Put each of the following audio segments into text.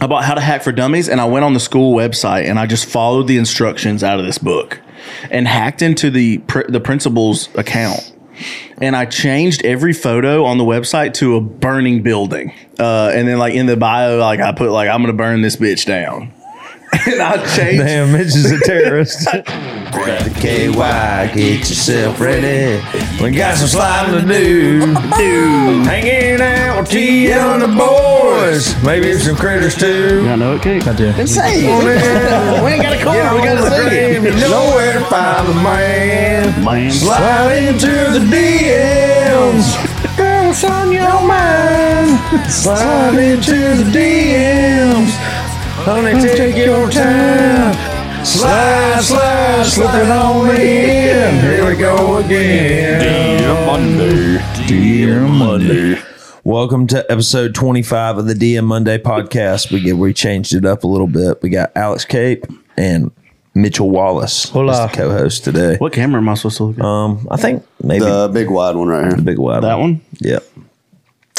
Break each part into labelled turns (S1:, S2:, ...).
S1: about how to hack for dummies and I went on the school website and I just followed the instructions out of this book and hacked into the pr- the principal's account. And I changed every photo on the website to a burning building. Uh, and then like in the bio like I put like I'm going to burn this bitch down. and I changed
S2: Damn, Mitch is a terrorist.
S3: Grab the KY, get yourself ready. We got some sliding to do. do. Hanging out with T and the boys. Maybe some critters too.
S1: I know it cake.
S2: I do.
S3: Come on in.
S1: We ain't got a corner.
S3: Get
S1: we
S3: on
S1: got
S3: the
S1: to sing
S3: gram, You know where to find the man.
S1: Man.
S3: Slide into the DMs. Girl, what's on your mind? Slide into the DMs. Honey, take your time. Slide, slide, slipping on in. Here we go again. Dear Monday. Welcome to episode 25 of the DM Monday podcast. We get, we changed it up a little bit. We got Alex Cape and Mitchell Wallace
S2: Hola.
S3: as the co-host today.
S1: What camera am I supposed to look at?
S3: Um, I think maybe the
S4: The big wide one right here.
S3: big wide
S1: that one?
S3: Yep.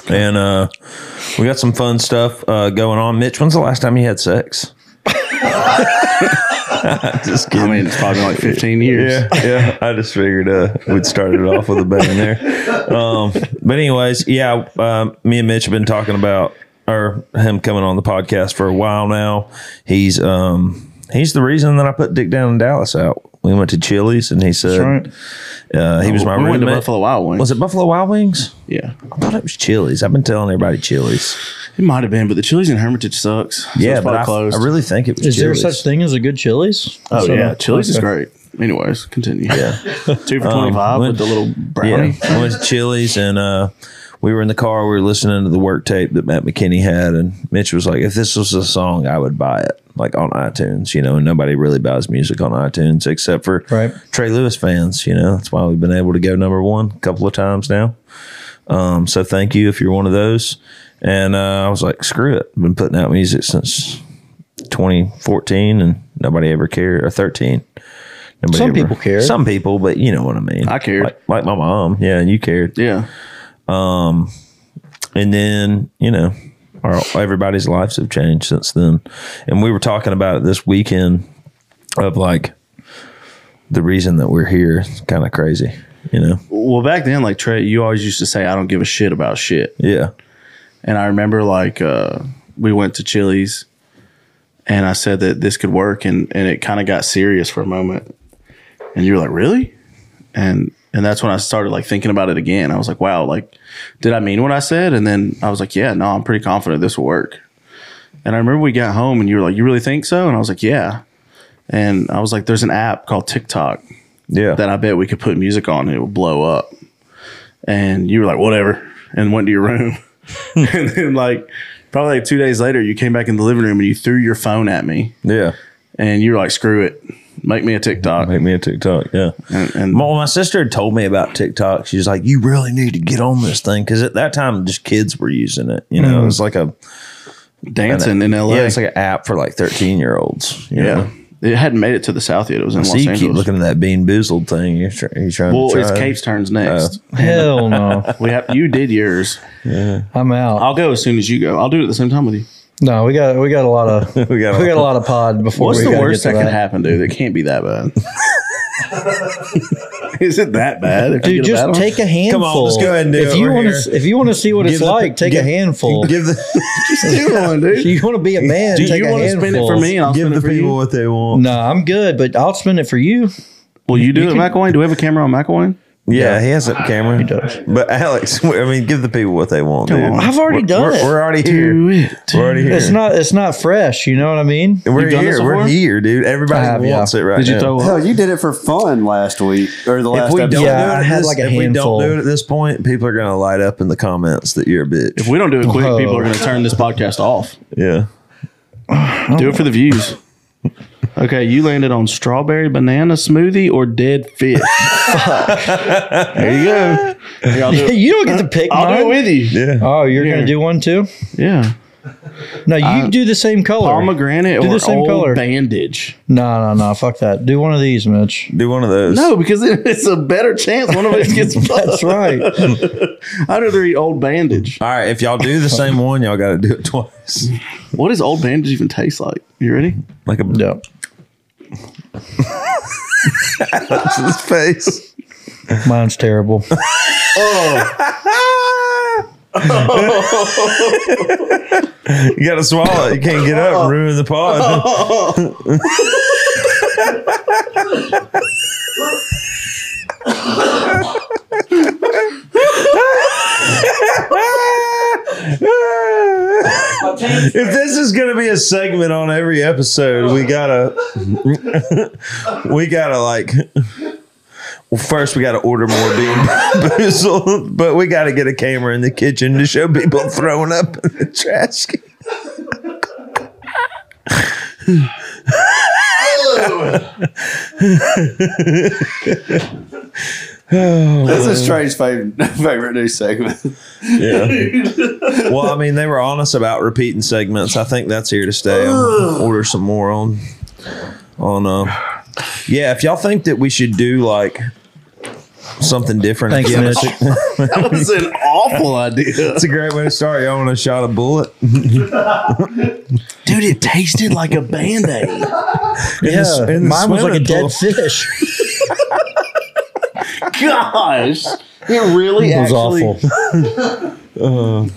S3: And uh, we got some fun stuff uh, going on. Mitch, when's the last time you had sex? just
S1: I
S3: kidding.
S1: mean, it's probably been like 15 years.
S3: Yeah, yeah. I just figured uh, we'd start it off with a bang there. Um, but anyways, yeah. Um, me and Mitch have been talking about or him coming on the podcast for a while now. He's um, he's the reason that I put Dick Down in Dallas out. We went to Chili's and he said uh, he was my
S1: we
S3: roommate.
S1: went to Buffalo Wild Wings.
S3: Was it Buffalo Wild Wings?
S1: Yeah.
S3: I thought it was Chili's. I've been telling everybody Chili's.
S1: It might have been, but the Chili's in Hermitage sucks. So
S3: yeah,
S1: it's
S3: but
S1: probably
S3: I,
S1: closed.
S3: I really think it was.
S2: Is there
S3: Chili's.
S2: such thing as a good Chili's?
S1: oh
S2: So-
S1: yeah, Chili's is great. Anyways, continue. Yeah, Um, two for twenty five
S3: when-
S1: with the little brownie.
S3: Yeah, I went to Chili's and uh, we were in the car. We were listening to the work tape that Matt McKinney had, and Mitch was like, "If this was a song, I would buy it, like on iTunes, you know." And nobody really buys music on iTunes except for
S2: Right.
S3: Trey Lewis fans, you know. That's why we've been able to go number one a couple of times now. Um, so thank you if you're one of those. And uh, I was like, "Screw it! I've been putting out music since 2014, and nobody ever cared, or 13." Nobody
S2: Some people cared.
S3: Some people, but you know what I mean.
S1: I cared.
S3: Like, like my mom. Yeah, and you cared.
S1: Yeah,
S3: And then, you know, our, everybody's lives have changed since then. And we were talking about it this weekend of like the reason that we're here. It's kind of crazy, you know?
S1: well, back then, like Trey, you always used to say, "I don't give a shit about shit,"
S3: Yeah.
S1: and I remember like uh, we went to Chili's, and I said that this could work, and and it kind of got serious for a moment, and you were like, "Really?" and and that's when I started like thinking about it again. I was like, "Wow, like, did I mean what I said?" And then I was like, "Yeah, no, I'm pretty confident this will work." And I remember we got home, and you were like, "You really think so?" And I was like, "Yeah." And I was like, "There's an app called TikTok."
S3: Yeah.
S1: that I bet we could put music on and it would blow up. And you were like, whatever, and went to your room. and then, like, probably like two days later, you came back in the living room and you threw your phone at me.
S3: yeah.
S1: And you were like, screw it, make me a TikTok.
S3: Make me a TikTok. Yeah.
S1: And, and
S3: Well, my sister had told me about TikTok. She's like, you really need to get on this thing. Cause at that time, just kids were using it. You know, it was like a,
S1: dancing Mm-hmm. in LA.
S3: yeah, it's like an app for like 13 year olds. You
S1: yeah.
S3: Know?
S1: It hadn't made it to the South yet. It was in
S3: So
S1: Los
S3: you keep
S1: Angeles.
S3: looking at that Bean Boozled thing. You're, try- you're trying
S1: well,
S3: to try.
S1: it's Cape's turns
S2: Oh.
S1: next.
S2: Hell no.
S1: we have you did yours.
S2: I'm out.
S1: I'll go as soon as you go. I'll do it at the same time with you.
S2: No, we got we got a lot of we
S3: got
S2: got
S3: a
S2: a, lot of pod before
S1: What's
S2: we
S1: the
S2: gotta
S1: worst
S2: get
S1: that
S2: to
S1: can
S2: that.
S1: happen, dude? It can't be that bad. Is it that bad? If you
S2: Dude,
S1: get a bad
S2: just
S1: one?
S2: take a handful.
S3: Come on, let's go ahead and do
S2: if
S3: it.
S2: you
S3: We're
S2: want
S3: here.
S2: to, if you want to see what it's
S3: the-
S2: like, take
S3: give-
S2: a handful.
S3: Give the
S1: do one,
S2: if
S1: dude.
S2: you want to be a man,
S1: Do
S2: take
S1: you
S2: a
S1: want to spend it for
S2: handful.
S1: me? And I'll
S3: give
S1: spend
S3: the
S1: it for
S3: people
S1: you.
S3: what they want.
S2: No, I'm good, but I'll spend it for you.
S1: Will you do it, McElwain? Do we have a camera on McElwain?
S3: Yeah, he has a camera. He
S2: does.
S3: But Alex, I mean, give the people what they want, dude.
S1: on.
S2: I've already
S3: We're-
S2: done
S3: we're,
S2: it.
S3: We're already here.
S1: it.
S3: We're already here.
S2: It's not it's not fresh. You know what I mean?
S3: We're
S1: You've done this
S3: here. We're
S1: before?
S3: here, dude. Everybody
S2: I have, yeah.
S3: wants it right
S1: Did you
S3: now.
S1: throw up?
S4: Hell, you did it for fun last week or the last
S3: if we don't
S4: episode.
S2: Yeah,
S3: do it,
S2: I
S3: at
S2: had
S3: this,
S2: like a
S3: if we don't
S2: handful.
S3: do it at this point, people are gonna light up in the comments that you're a bitch.
S1: If we don't do it quick,
S2: Whoa.
S1: people are going to turn this podcast off.
S3: yeah,
S1: Do it for the views. Okay, you landed on strawberry banana smoothie or dead fish. there you go. Here, I'll do it.
S2: you don't get to pick
S1: I'll do
S2: mine.
S1: it with you.
S3: yeah.
S2: oh, you're
S1: Here.
S2: gonna do one too?
S1: Yeah.
S2: No, you do the same color.
S1: Pomegranate
S2: Do
S1: or
S2: the same
S1: old
S2: color.
S1: bandage?
S2: no, no, no. Fuck that. Do one of these, Mitch.
S3: Do one of those.
S1: No, because then it's a better chance one of us gets fucked.
S2: That's right.
S1: I'd rather eat old bandage.
S3: All right, if y'all do the same one, y'all got to do it twice.
S1: What does old bandage even taste like? You ready?
S3: Like a
S2: yeah.
S3: his face.
S2: Mine's terrible.
S3: You got to swallow it. You can't get up and ruin the pod. if this is going to be a segment on every episode, we gotta, we gotta like. Well, first we gotta order more bean boozled, but we gotta get a camera in the kitchen to show people throwing up in the trash can.
S4: That's a strange favorite, favorite new segment.
S3: Yeah. well, I mean, they were honest about repeating segments. I think that's here to stay. I'll order some more on on uh Yeah, if y'all think that we should do like something different.
S2: Thanks,
S3: Yeah,
S2: Mitch.
S1: That was an awful idea.
S3: That's a great way to start. Y'all want a shot of bullet?
S1: Dude, it tasted like a band aid.
S3: the s-
S2: Yeah.
S3: in the
S2: Mine was like a
S3: swimming
S2: dead
S3: pool.
S2: fish.
S1: Gosh. It really
S2: It was
S1: actually.
S2: awful.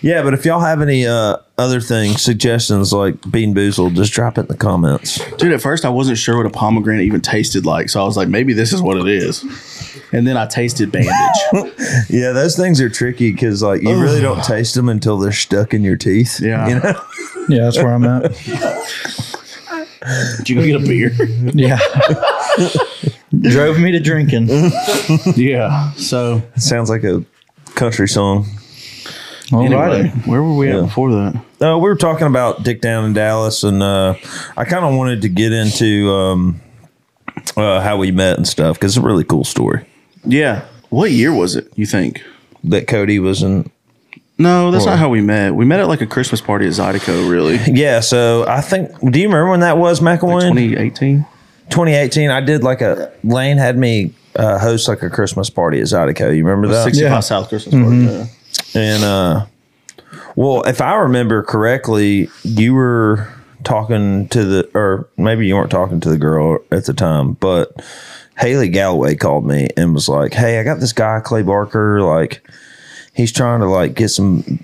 S3: Yeah, but if y'all have any uh, other things, suggestions like Bean Boozled, just drop it in the comments.
S1: Dude, at first I wasn't sure what a pomegranate even tasted like. So I was like, maybe this is what it is. And then I tasted bandage.
S3: Yeah, those things are tricky because like you really don't taste them until they're stuck in your teeth.
S1: Yeah.
S3: you know?
S2: Yeah, that's where I'm at.
S1: Did you go get a beer?
S2: Yeah. Drove me to drinking.
S1: yeah. So
S3: it sounds like a country song.
S2: All
S1: anyway,
S2: righty.
S1: where were we
S3: Yeah.
S1: at before that?
S3: No, Uh, we were talking about Dick Down in Dallas, and uh, I kind of wanted to get into um, uh, how we met and stuff because it's a really cool story
S1: Yeah. What year was it, you think?
S3: that Cody was in.
S1: No, that's not how we met. We met at like a Christmas party at Zydeco, really.
S3: Yeah, so I think. Do you remember when that was, McElwain?
S1: 2018.
S3: 2018, I did like a Lane had me uh, host like a Christmas party at Zydeco. You remember that?
S1: 65
S2: Yeah.
S1: South Christmas party. yeah.
S3: And uh, well, if I remember correctly, you were talking to the, or maybe you weren't talking to the girl at the time, but Haley Galloway called me and was like, "Hey, I got this guy Clay Barker. Like, he's trying to like get some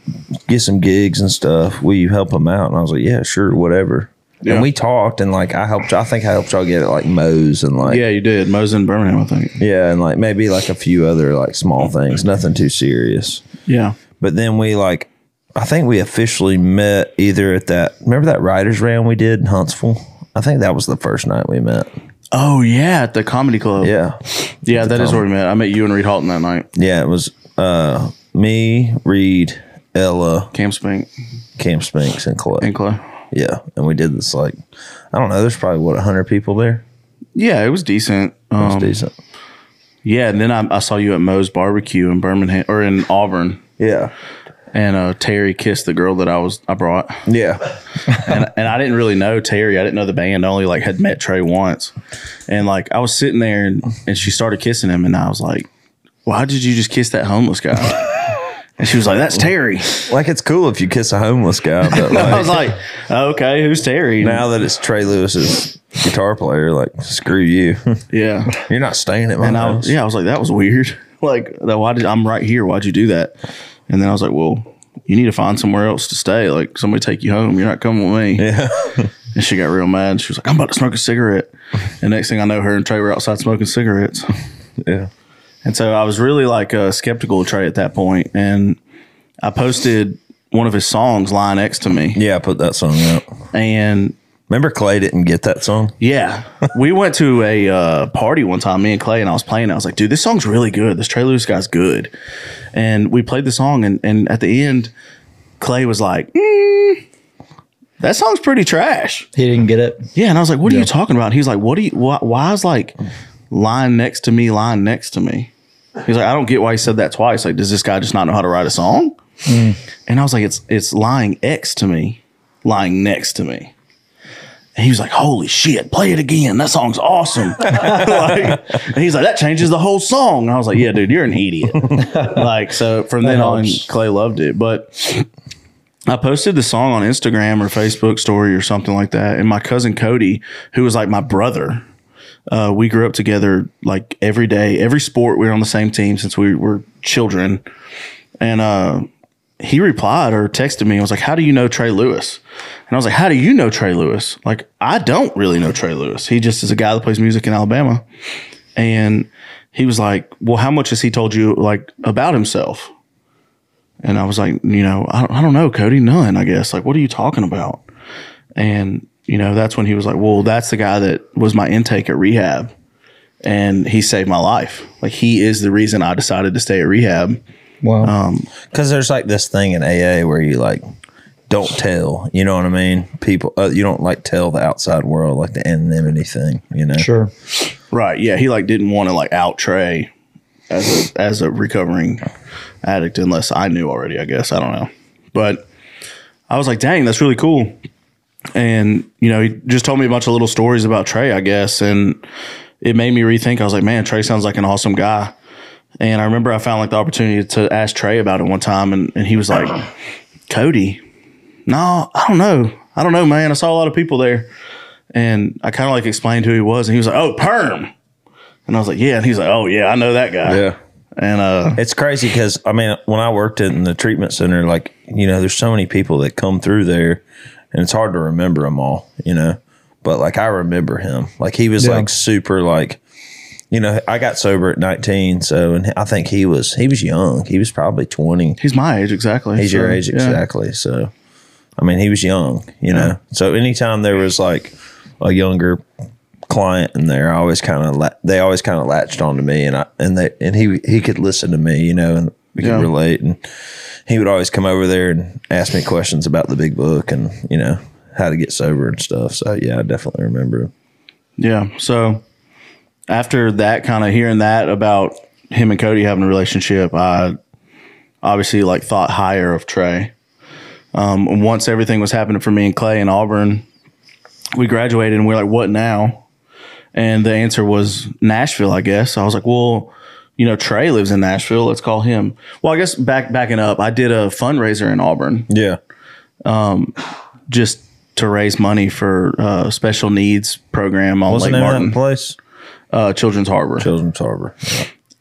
S3: get some gigs and stuff. Will you help him out?" And I was like, "Yeah, sure, whatever."
S1: Yeah.
S3: And we talked, and like I helped. I think I helped y'all get it like Moe's and like
S1: Yeah, you did. Mo's in Birmingham, I think.
S3: yeah, and like maybe like a few other like small
S1: Mm-hmm.
S3: things, nothing too serious.
S1: Yeah.
S3: But then we like, I think we officially met either at that. Remember that writers round we did in Huntsville? I think that was the first night we met.
S1: Oh, yeah, at the comedy club.
S3: Yeah,
S1: Yeah, that is where we met. I met you and Reed Halton that night.
S3: yeah, it was uh me, Reed, Ella,
S1: Cam Spink
S3: Cam Spinks, and Clay.
S1: and Clay.
S3: Yeah, and we did this like, I don't know. There's probably what hundred people there.
S1: Yeah, it was decent.
S3: It was
S1: Um,
S3: decent.
S1: yeah, and then I, I saw you at Mo's Barbecue in Birmingham or in Auburn,
S3: Yeah,
S1: and uh, Terry kissed the girl that I was I brought,
S3: yeah.
S1: and, and I didn't really know Terry. I didn't know the band. I only like had met Trey once, and like I was sitting there and, and she started kissing him, and I was like, "Why did you just kiss that homeless guy?" And she was like, "That's Terry."
S3: Like it's cool if you kiss a homeless guy, but
S1: I
S3: like,
S1: was like, "Okay, who's Terry?"
S3: now that it's Trey Lewis's guitar player, like screw you.
S1: yeah,
S3: You're not staying at my
S1: And I
S3: house.
S1: was, yeah, I was like, that was weird. Like, that- why did I'm right here? Why'd you do that? And then I was like, well, you need to find somewhere else to stay. Like, somebody take you home. You're not coming with me.
S3: Yeah.
S1: And she got real mad. She was like, I'm about to smoke a cigarette. And next thing I know, her and Trey were outside smoking cigarettes.
S3: Yeah.
S1: And so I was really like uh, skeptical of Trey at that point. And I posted one of his songs lying next to me.
S3: Yeah, I put that song out.
S1: And
S3: Remember Clay didn't get that song?
S1: Yeah, we went to a uh, party one time, me and Clay, and I was playing. I was like, "Dude, this song's really good. This Trey Lewis guy's good." And we played the song, and and at the end, Clay was like, "Mm, "That song's pretty trash."
S2: He didn't get it.
S1: Yeah, and I was like, "What are you talking about?" And he was like, "What do you? Why, why is like lying next to me, lying next to me?" He's like, "I don't get why he said that twice. Like, does this guy just not know how to write a song?" And I was like, it's it's lying X to me, lying next to me. And he was like, holy shit, play it again. That song's awesome. like, and he's like, that changes the whole song. And I was like, yeah, dude, you're an idiot. like, so from then on, Clay loved it. But I posted the song on Instagram or Facebook story or something like that. And my cousin Cody, who was like my brother, uh, we grew up together like every day, every sport. We were on the same team since we were children. And uh, he replied or texted me and was like, How do you know Trey Lewis? And I was like, How do you know Trey Lewis? Like, I don't really know Trey Lewis. He just is a guy that plays music in Alabama. And he was like, Well, how much has he told you like about himself? And I was like, you know, I don't, I don't know, Cody, none, I guess. Like, what are you talking about? And, you know, that's when he was like, well, that's the guy that was my intake at rehab. And he saved my life. Like, he is the reason I decided to stay at rehab.
S2: Wow.
S3: Um, Because there's like this thing in AA where you like don't tell. You know what I mean? People, uh, you don't like tell the outside world like the anonymity thing. You know?
S2: sure.
S1: Right. Yeah. He, like, didn't want to, like, out Trey as a, as a recovering addict unless I knew already, I guess. I don't know. But I was like, dang, that's really cool. And, you know, he just told me a bunch of little stories about Trey, I guess. And it made me rethink. I was like, man, Trey sounds like an awesome guy. And I remember I found like the opportunity to ask Trey about it one time. And, and he was like, Cody, no, I don't know. I don't know, man. I saw a lot of people there. And I kind of like explained who he was. And he was like, oh, Perm. And I was like, yeah. And he's like, oh, yeah, I know that guy. And uh,
S3: It's crazy because I mean, when I worked in the treatment center, like you know, there's so many people that come through there, and it's hard to remember them all, you know. But like I remember him, like he was
S2: Yeah.
S3: like super like, you know, I got sober at 19, so and I think he was he was young, he was probably 20,
S1: he's my age exactly.
S3: He's your
S1: So,
S3: age
S1: yeah.
S3: exactly. So, I mean, he was young, you know. So anytime there was like a younger client in there, I always kind of la- they always kind of latched onto me, and I and they and he he could listen to me, you know, and we could
S1: Yeah.
S3: relate. And he would always come over there and ask me questions about the big book and you know how to get sober and stuff. So yeah, I definitely remember. him.
S1: Yeah. So after that, kind of hearing that about him and Cody having a relationship, I obviously like thought higher of Trey. Um, and once everything was happening for me and Clay in Auburn, we graduated and we are like, what now? And the answer was Nashville, I guess. I was like, well, you know, Trey lives in Nashville. Let's call him. Well, I guess back backing up, I did a fundraiser in Auburn
S3: Yeah,
S1: just to raise money for uh, special needs program on
S3: what's the
S1: Lake
S3: name of
S1: Martin.
S3: that place?
S1: uh, Children's Harbor.
S3: Children's Harbor.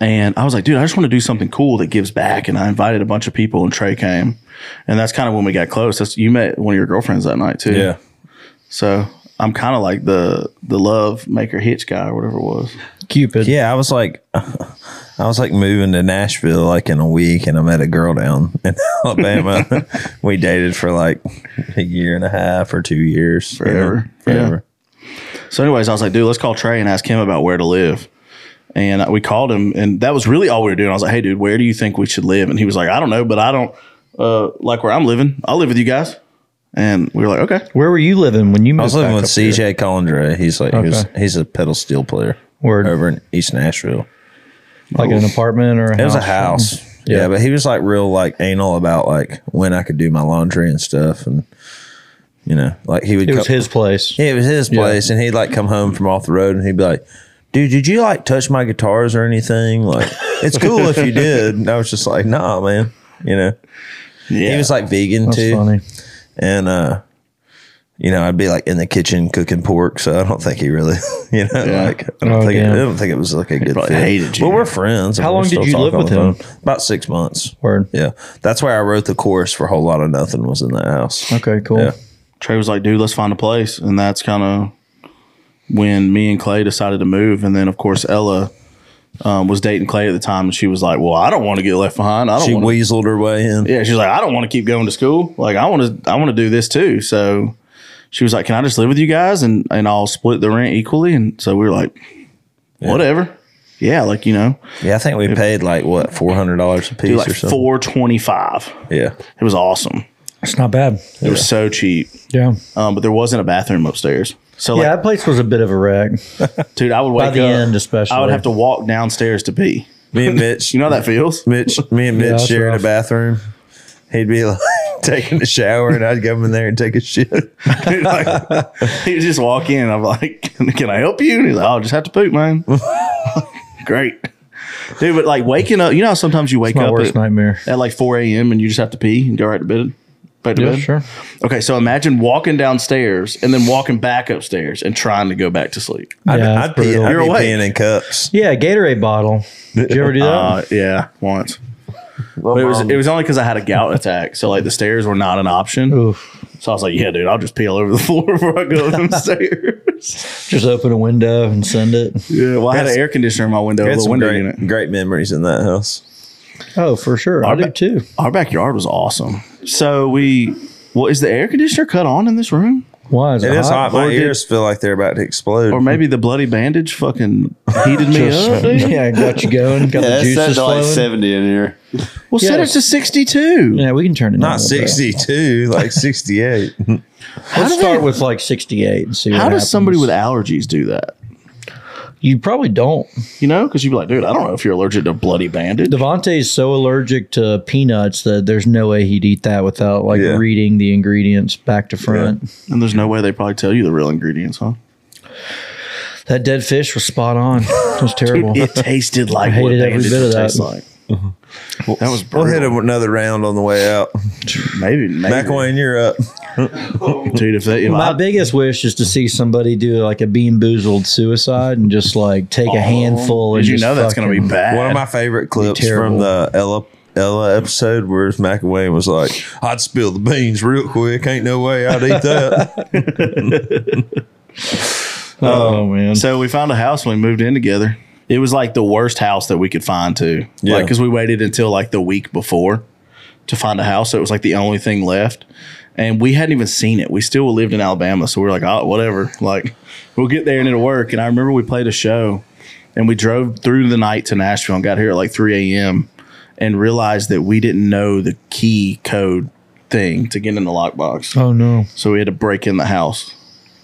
S1: And I was like, dude, I just want to do something cool that gives back. And I invited a bunch of people, and Trey came. And that's kind of when we got close. That's you met one of your girlfriends that night too.
S3: Yeah,
S1: So I'm kind of like the the love maker hitch guy or whatever it was.
S2: Cupid.
S3: Yeah, I was like, I was like moving to Nashville like in a week, and I met a girl down in Alabama. we dated for like a year and a half or two years, you know,
S1: Forever. Yeah.
S3: forever.
S1: So, anyways, I was like, dude, let's call Trey and ask him about where to live. And we called him, and that was really all we were doing. I was like, hey, dude, where do you think we should live? And he was like, I don't know, but I don't uh, like where I'm living. I'll live with you guys. And we were like, okay.
S2: Where were you living when you moved?
S3: I was living
S2: back
S3: with
S2: up here?
S3: CJ Collindre. He's like, he was,
S2: Okay.
S3: he's a pedal steel player
S2: Word.
S3: over in East Nashville.
S2: Like an apartment or a house.
S3: It was a house. Yeah.
S2: Yeah.
S3: but he was like real like anal about like when I could do my laundry and stuff, and you know, like he would.
S2: It was
S3: co-
S2: his place.
S3: Yeah, it was his place, and he'd like come home from off the road, and he'd be like, "Dude, did you like touch my guitars or anything? Like, it's cool if you did." And I was just like, "Nah, man." You know,
S1: Yeah.
S3: he was like vegan
S2: That's
S3: too,
S2: funny.
S3: and uh, you know, I'd be like in the kitchen cooking pork, so I don't think he really, you know, like I don't
S2: Oh,
S3: think
S2: damn.
S3: I don't think it was like a good
S1: probably
S3: fit.
S1: hated you.
S3: Well, we're friends. and
S2: How
S3: we
S2: long did
S3: still
S2: you
S3: talk
S2: live
S3: on
S2: with
S3: the
S2: him?
S3: phone. About six months.
S2: Word.
S3: Yeah, that's where I wrote the chorus for "Whole Lot of Nothing" was in that house.
S2: Okay, cool.
S3: Yeah.
S1: Trey was like, dude, let's find a place. And that's kind of when me and Clay decided to move. And then, of course, Ella um, was dating Clay at the time. And she was like, well, I don't want to get left behind. I don't
S3: She
S1: want to.
S3: weaseled her way in.
S1: Yeah, she's like, I don't want to keep going to school. Like, I want to, I want to do this too. So she was like, "Can I just live with you guys and and I'll split the rent equally?" And so we were like, "Whatever, yeah." Like you know,
S3: Yeah, I think we paid like what four hundred dollars a piece
S1: do like
S3: or something.
S1: four twenty five.
S3: Yeah,
S1: It was awesome.
S2: It's not bad.
S1: It was so cheap,
S2: Yeah.
S1: um, but there wasn't a bathroom upstairs. So like,
S2: yeah, that place was a bit of a wreck.
S1: dude, I would wake
S2: By the
S1: up-
S2: end, especially.
S1: I would have to walk downstairs to pee.
S3: me and Mitch.
S1: You know how that feels?
S3: Mitch, me and Mitch
S2: that's
S3: shared
S2: rough.
S3: a bathroom, He'd be like taking a shower, and I'd come in there and take a shit.
S1: Dude, like, he'd just walk in. I'm like, can, can I help you? And he's like, I'll just have to poop, man. Great. Dude, but like waking up, you know, how sometimes you wake
S2: My
S1: up
S2: worst
S1: at,
S2: nightmare.
S1: at like 4 a.m. and you just have to pee and go right to bed. Back to
S2: Yeah,
S1: bed.
S2: sure.
S1: Okay, so imagine walking downstairs and then walking back upstairs and trying to go back to sleep.
S3: I'd,
S2: Yeah,
S3: I'd
S2: that's
S3: be,
S2: brutal.
S3: I'd
S1: You're
S3: be
S1: awake.
S3: peeing in cups.
S2: Yeah, Gatorade bottle. Did you ever do that?
S1: Uh, yeah, once. But it was
S3: Um,
S1: it was only because I had a gout attack, so like the stairs were not an option.
S2: Oof.
S1: So I was like, yeah, dude, I'll just pee all over the floor before I go up the stairs.
S2: Just open a window and send it.
S1: Yeah, well, I had an air conditioner in my window, a
S3: Had
S1: little
S3: some
S1: window
S3: great,
S1: unit.
S3: great memories in that house.
S2: Oh, for sure. I do too.
S1: Our backyard was awesome. So we, well, is the air conditioner cut on in this room,
S2: Why is it,
S3: It is hot.
S2: hot?
S3: My
S1: Or did-
S3: ears feel like they're about to explode.
S1: or maybe the bloody bandage fucking heated me up? dude?
S2: yeah, got you going. Got the
S4: That's set
S2: juices
S4: to like
S2: flowing.
S4: 70 in here.
S1: Well, set it to sixty-two.
S2: Yeah, we can turn it. down a
S3: Not
S2: little bit.
S3: 62, like 68.
S2: Let's
S1: do they-
S2: start with like sixty-eight and see. what
S1: How does
S2: happens.
S1: somebody with allergies do that?
S2: you probably don't?
S1: You know, because you'd be like, dude, I don't know if you're allergic to bloody bandage.
S2: Devontae's so allergic to peanuts that there's no way he'd eat that without like
S3: Yeah.
S2: reading the ingredients back to front.
S1: And there's no way they probably tell you the real ingredients, huh?
S2: That dead fish was spot on. It was terrible.
S1: It tasted like
S2: hated
S1: what
S2: every
S1: bandage
S2: bit of
S1: would
S2: that.
S1: taste like. That was
S3: We'll hit
S1: brutal.
S3: another round on the way out.
S1: Maybe, maybe.
S3: McElwain, you're up.
S1: dude. If they, if
S2: My
S1: I,
S2: biggest wish is to see somebody do like a bean boozled suicide and just like take a handful. And
S1: Oh, you
S2: just
S1: know that's going to be
S2: fucking-
S1: bad.
S3: One of my favorite clips
S2: terrible.
S3: from the Ella, Ella episode where McElwain was like, I'd spill the beans real quick. Ain't no way I'd eat that.
S2: Oh man,
S1: So we found a house when we moved in together. It was like the worst house that we could find too.
S3: Yeah.
S1: Like, cause we waited until like the week before to find a house. So it was like the only thing left. And we hadn't even seen it. We still lived in Alabama. So we were like, oh, whatever. Like, we'll get there and it'll work. And I remember we played a show and we drove through the night to Nashville and got here at like 3 a.m. and realized that we didn't know the key code thing to get in the lockbox.
S2: oh no,
S1: So we had to break in the house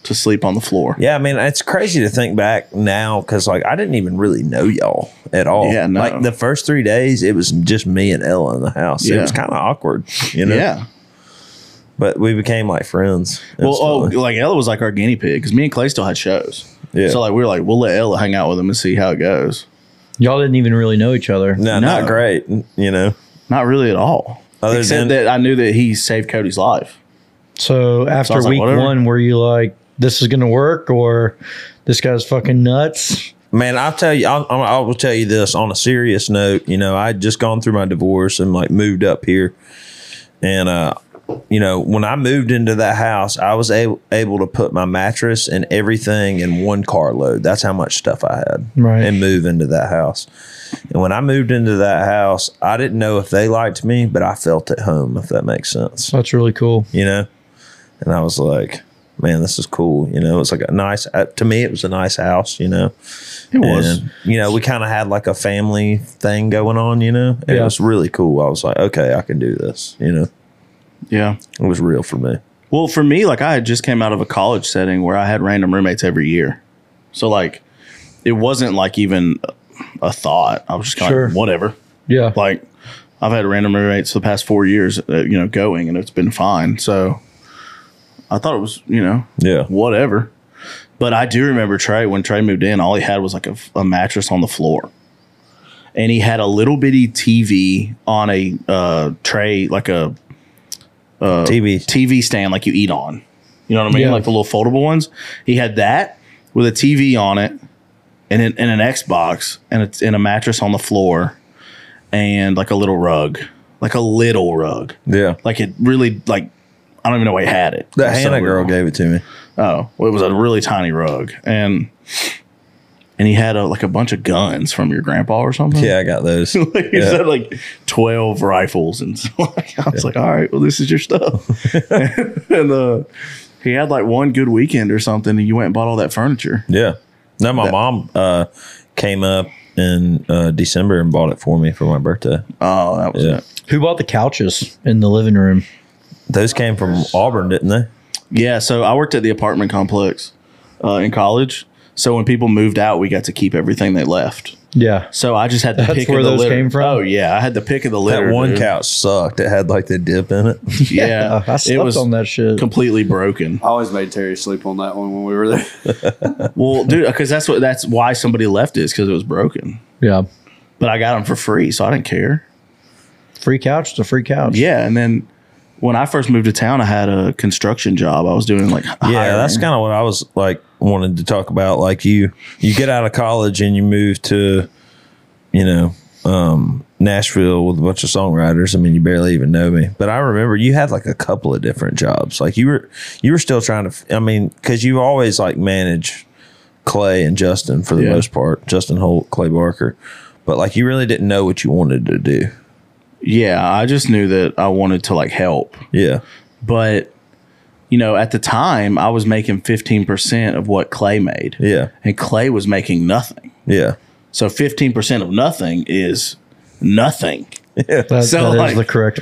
S1: to sleep on the floor.
S3: yeah, I mean, it's crazy to think back now because, like, I didn't even really know y'all at all.
S1: Yeah, no.
S3: Like, the first three days, it was just me and Ella in the house. It
S1: Yeah.
S3: was kind of awkward, you know?
S1: Yeah.
S3: But we became like friends.
S1: Well, oh,
S3: instantly.
S1: like Ella was like our guinea pig because me and Clay still had shows.
S3: Yeah.
S1: So like we were like, we'll let Ella hang out with him and see how it goes.
S2: y'all didn't even really know each other.
S3: no,
S1: oh, no.
S3: not great, you know?
S1: Not really at all.
S3: Other
S1: Except
S3: than-
S1: that I knew that he saved Cody's life.
S2: So
S1: I
S2: after
S1: was like,
S2: week
S1: whatever.
S2: one, were you like, this is gonna work, or this guy's fucking nuts?
S3: Man, I'll tell you, I'll, I'll- I will tell you this on a serious note. You know, I had just gone through my divorce and like moved up here. And, uh, you know, when I moved into that house, I was able, able to put my mattress and everything in one carload. That's how much stuff I had.
S2: Right.
S3: And move into that house. And when I moved into that house, I didn't know if they liked me, but I felt at home, if that makes sense
S2: That's really cool.
S3: you know and i was like man this is cool you know it's like a nice uh, to me it was a nice house you know
S1: It was.
S3: and, you know we kind of had like a family thing going on you know it
S2: Yeah.
S3: was really cool i was like okay i can do this you know
S1: Yeah.
S3: it was real for me
S1: Well, for me, like I had just came out of a college setting where I had random roommates every year. So like it wasn't like even a thought. I was just kind of
S2: Sure.
S1: like, whatever.
S2: Yeah,
S1: Like I've had random roommates the past four years, uh, you know, going and it's been fine. So I thought it was, you know,
S3: yeah
S1: whatever. But I do remember Trey when Trey moved in, all he had was like a, a mattress on the floor. And he had a little bitty TV on a uh, tray, like a
S3: tv
S1: TV stand like you eat on. You know what I mean?
S2: Yeah.
S1: Like the little foldable ones. He had that with a TV on it and an, and an Xbox and it's in a mattress on the floor and like a little rug, like a little rug.
S3: yeah
S1: Like it really, like, I don't even know why he had it.
S3: that
S1: It's so
S3: hannah girl
S1: little.
S3: gave it to me
S1: Oh, well, it was a really tiny rug, and and he had a, like a bunch of guns from your grandpa or something.
S3: yeah i got those
S1: like, he had like twelve rifles, and so, like, I was like, all right, well, this is your stuff. and uh, he had like one good weekend or something, and you went and bought all that furniture.
S3: yeah no my mom uh came up in uh december and bought it for me for my birthday
S1: Oh, that was
S3: yeah
S1: it.
S2: who bought the couches in the living room?
S3: those came from auburn didn't they
S1: Yeah, so I worked at the apartment complex uh, in college. So when people moved out, we got to keep everything they left.
S2: Yeah.
S1: So I just had to
S2: That's
S1: pick
S2: where
S1: of the
S2: those
S1: litter.
S2: came from?
S1: Oh yeah, I had the pick of the litter.
S3: That one
S1: dude.
S3: couch sucked. It had like the dip in it.
S1: Yeah,
S2: I slept
S1: it was
S2: on that shit.
S1: completely broken.
S4: I always made Terry sleep on that one when we were there.
S1: Well, dude, because that's what that's why somebody left it is because it was broken.
S2: yeah.
S1: But I got them for free, so I didn't care.
S2: Free couch to free couch.
S1: Yeah, and then when I first moved to town, I had a construction job. I was doing like
S3: Yeah, that's kind of what I was like wanted to talk about. Like you, you get out of college and you move to, you know, um, Nashville with a bunch of songwriters. I mean, you barely even know me, but I remember you had like a couple of different jobs. Like you were, you were still trying to. I mean, because you always like manage Clay and Justin for the
S1: Yeah.
S3: most part. Justin Holt, Clay Barker, but like you really didn't know what you wanted to do.
S1: yeah. I just knew that I wanted to like help,
S3: Yeah,
S1: but you know, at the time, I was making fifteen percent of what Clay made,
S3: yeah,
S1: and Clay was making nothing.
S3: yeah.
S1: So fifteen percent of nothing is nothing.
S2: That,
S1: So,
S2: that is
S1: like-
S2: the correct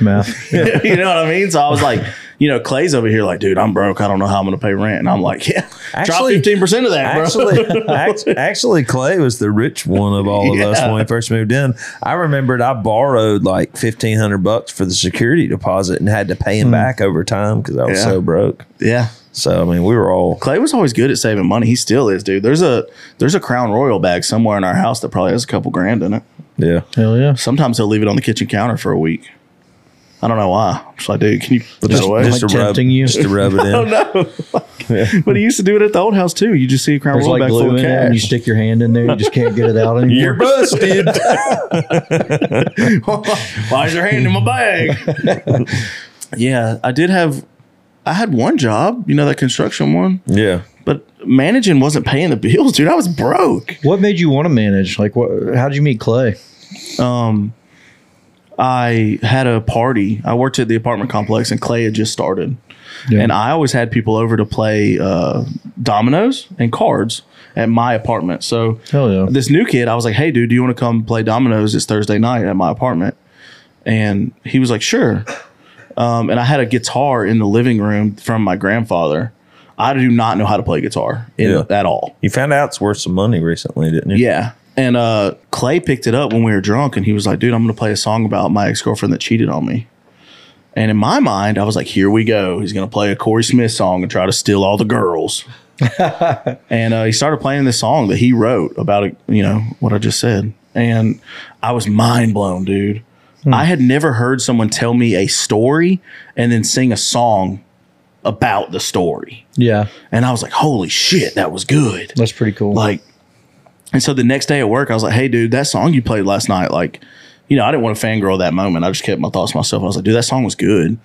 S2: math.
S1: you know what I mean? So I was like, you know, Clay's over here like, dude, I'm broke. I don't know how I'm going to pay rent. And I'm like, yeah, drop
S3: Actually-
S1: 15% of that, bro.
S3: Actually, act- actually, Clay was the rich one of all of us when we first moved in. I remembered I borrowed like fifteen hundred bucks for the security deposit and had to pay him back over time because I was
S1: Yeah.
S3: so broke.
S1: yeah.
S3: So I mean, we were all
S1: Clay was always good at saving money. He still is, dude. There's a there's a Crown Royal bag somewhere in our house that probably has a couple grand in it.
S3: yeah.
S2: Hell yeah.
S1: Sometimes he'll leave it on the kitchen counter for a week. I don't know why. I'm just like, dude, can you put
S3: Just,
S1: that away?
S3: just
S2: Like
S3: to rub,
S2: tempting you?
S3: just to rub it in.
S1: but he used to do it at the old house too. You just see a Crown
S2: There's
S1: Royal bag
S2: like
S1: full
S2: glue
S1: of
S2: in it and you
S1: cash.
S2: stick your hand in there. You just can't get it out anymore.
S3: You're busted.
S1: Why is your hand in my bag? yeah, I did have. I had one job, you know, that construction one.
S3: yeah.
S1: But managing wasn't paying the bills, dude. I was broke.
S2: what made you want to manage? Like, what? How did you meet Clay?
S1: I had a party. I worked at the apartment complex, and Clay had just started.
S2: Yeah.
S1: And I always had people over to play uh, dominoes and cards at my apartment. So
S2: Hell yeah.
S1: this new kid, I was like, "Hey, dude, do you want to come play dominoes? It's Thursday night at my apartment." And he was like, "Sure." Um, and I had a guitar in the living room from my grandfather. I do not know how to play guitar in,
S3: Yeah.
S1: at all.
S3: You found out it's worth some money recently, didn't you?
S1: Yeah. And uh, Clay picked it up when we were drunk and he was like, dude, I'm going to play a song about my ex girlfriend that cheated on me. And in my mind, I was like, here we go. He's going to play a Corey Smith song and try to steal all the girls. and uh, he started playing this song that he wrote about, uh, you know, what I just said. And I was mind blown, dude. I had never heard someone tell me a story and then sing a song about the story.
S2: Yeah,
S1: And I was like, holy shit, that was good.
S2: that's pretty cool.
S1: Like, and so the next day at work, I was like, hey, dude, that song you played last night, like, you know, I didn't want to fangirl that moment. I just kept my thoughts to myself. I was like, dude, that song was good.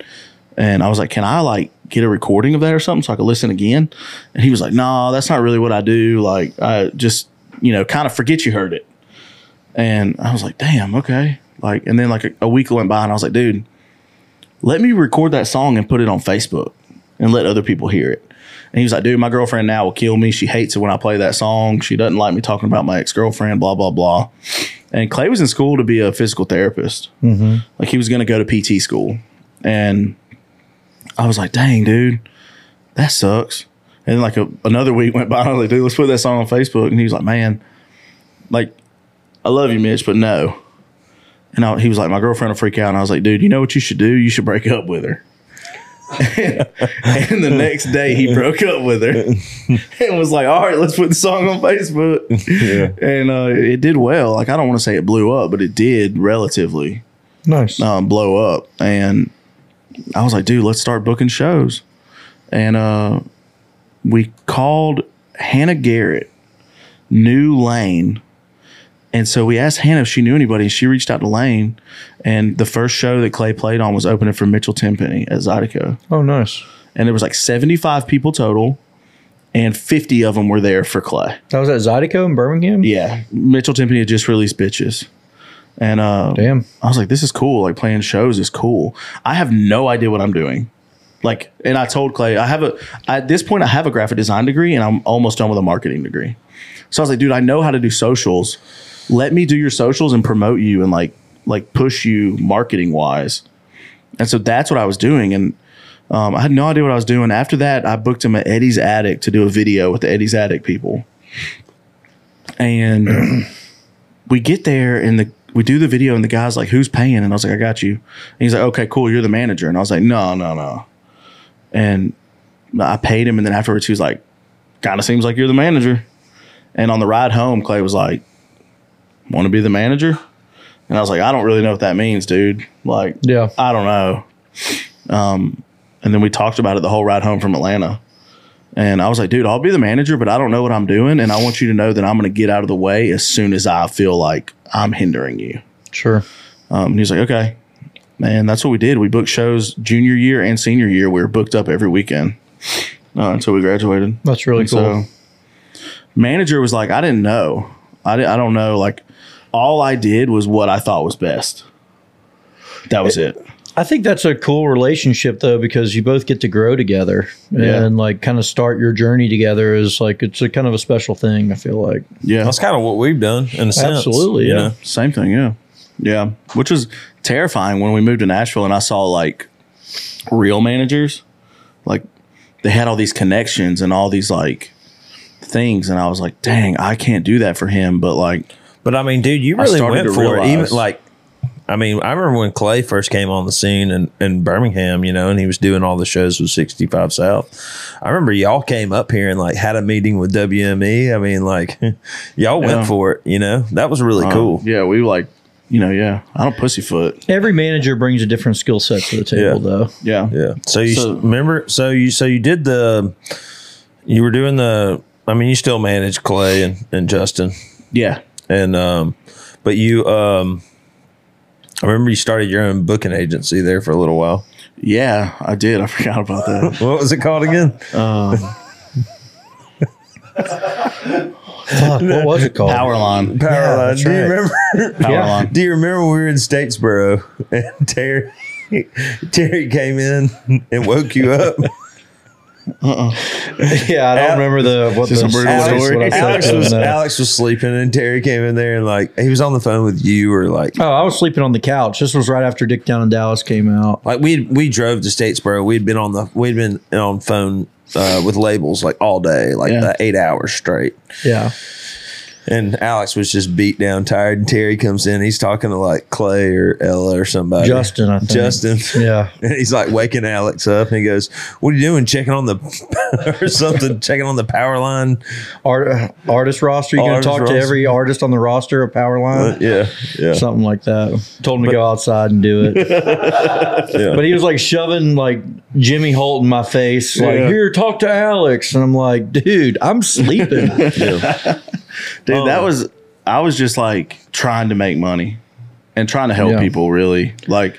S1: And I was like, can I like get a recording of that or something so I could listen again? And he was like, nah, that's not really what I do. Like, I just, you know, kind of forget you heard it. And I was like, damn, okay. Like, and then like a, a week went by and I was like, dude, let me record that song and put it on Facebook and let other people hear it. And he was like, dude, my girlfriend now will kill me. She hates it when I play that song. She doesn't like me talking about my ex girlfriend, blah, blah, blah. And Clay was in school to be a physical therapist. Like he was going to go to PT school. And I was like, dang, dude, that sucks. And then like a, another week went by. I was like, dude, let's put that song on Facebook. And he was like, man, like, I love you, Mitch, but no. And I, he was like, my girlfriend will freak out. And I was like, dude, you know what you should do? You should break up with her. and the next day he broke up with her and was like, all right, let's put the song on Facebook. And uh, it did well. Like, I don't want to say it blew up, but it did relatively
S2: nice.
S1: um, blow up. And I was like, dude, let's start booking shows. And uh, we called Hannah Garrett, New Lane. And so we asked Hannah if she knew anybody. She reached out to Lane. And the first show that Clay played on was opening for Mitchell Timpenny at Zydeco.
S2: Oh, nice.
S1: And there was like 75 people total. And 50 of them were there for Clay.
S2: That was at Zydeco in Birmingham.
S1: Yeah. Mitchell Timpany had just released Bitches. And uh,
S2: Damn.
S1: I was like, this is cool. Like playing shows is cool. I have no idea what I'm doing. Like, and I told Clay, I have a, at this point, I have a graphic design degree and I'm almost done with a marketing degree. So I was like, dude, I know how to do socials. Let me do your socials and promote you and like, like push you marketing wise. And so that's what I was doing. And um, I had no idea what I was doing. After that, I booked him at Eddie's Attic to do a video with the Eddie's Attic people. And we get there and the we do the video and the guy's like, "Who's paying?" And I was like, "I got you." And he's like, "Okay, cool. You're the manager." And I was like, "No, no, no." And I paid him, and then afterwards he was like, "Kind of seems like you're the manager." And on the ride home, Clay was like, "Want to be the manager?" And I was like, "I don't really know what that means, dude. Like,
S2: Yeah.
S1: I don't know." Um, and then we talked about it the whole ride home from Atlanta. And I was like, dude, I'll be the manager, but I don't know what I'm doing. And I want you to know that I'm going to get out of the way as soon as I feel like I'm hindering you.
S2: Sure.
S1: Um, and he's like, okay. Man, that's what we did. We booked shows junior year and senior year. We were booked up every weekend uh, until we graduated.
S2: That's really
S1: And
S2: cool.
S1: manager was like, I didn't know. I, di- I don't know. Like, all I did was what I thought was best. That was it.
S2: I think that's a cool relationship though because you both get to grow together
S1: Yeah.
S2: and like kind of start your journey together is like it's a kind of a special thing I feel like.
S1: Yeah.
S3: That's kind of what we've done in a sense.
S2: Absolutely,
S3: you
S2: yeah.
S3: know?
S1: Same thing, yeah. Yeah. Which was terrifying when we moved to Nashville and I saw like real managers. Like they had all these connections and all these like things. And I was like, dang, I can't do that for him. But like,
S3: But I mean, dude, you really
S1: started
S3: went
S1: to
S3: for it. Even
S1: realize-
S3: like, I mean, I remember when Clay first came on the scene in, in Birmingham, you know, and he was doing all the shows with 65 South. I remember y'all came up here and like had a meeting with WME. I mean, like, y'all went
S1: Yeah. Uh-huh.
S3: for it, you know, that was really cool.
S1: yeah, we like, you know, yeah, I don't pussyfoot.
S2: Every manager brings a different skill set to the table
S3: Yeah.
S2: though.
S1: Yeah.
S3: Yeah. So you
S1: So-
S3: remember? So you so you did the, you were doing the. I mean, you still manage Clay and, and Justin
S1: Yeah.
S3: and um, but you um, I remember you started your own booking agency there for a little while.
S1: Yeah. I did. I forgot about that.
S3: What was it called again?
S2: Fuck, what was it called?
S1: Powerline.
S3: Powerline.
S2: that's
S3: Do you
S2: right.
S3: remember?
S1: Powerline.
S3: Do you remember when we were in Statesboro and Terry Terry came in and woke you up?
S2: Yeah, I don't
S3: Al-
S2: remember the what the
S1: Just a brutal
S2: Alex-
S1: story.
S2: what I said
S3: Alex
S2: to him,
S3: was
S2: no.
S3: Alex was sleeping and Terry came in there and like he was on the phone with you or like
S2: Oh, I was sleeping on the couch. This was right after Dick Down in Dallas came out.
S3: like we we drove to Statesboro. We'd been on the we'd been on phone uh, with labels like all day, like
S1: Yeah.
S3: the eight hours straight.
S2: Yeah.
S3: And Alex was just beat down, tired. And Terry comes in. He's talking to like Clay or Ella or somebody.
S2: Justin, I think.
S3: Justin.
S2: Yeah.
S3: And he's like waking Alex up. And he goes, "What are you doing? Checking on the or something? checking on the power line?
S2: Art, uh, artist roster. You're going
S3: Artist
S2: to talk
S3: roster.
S2: to every artist on the roster of Powerline?
S3: yeah, yeah.
S2: Something like that. Told him to go outside and do it. But he was like shoving like Jimmy Holt in my face, like,
S1: Yeah.
S2: here, talk to Alex. And I'm like, dude, I'm sleeping.
S1: Dude,
S2: Oh.
S1: that was, I was just like trying to make money and trying to help
S2: Yeah.
S1: people really. Like,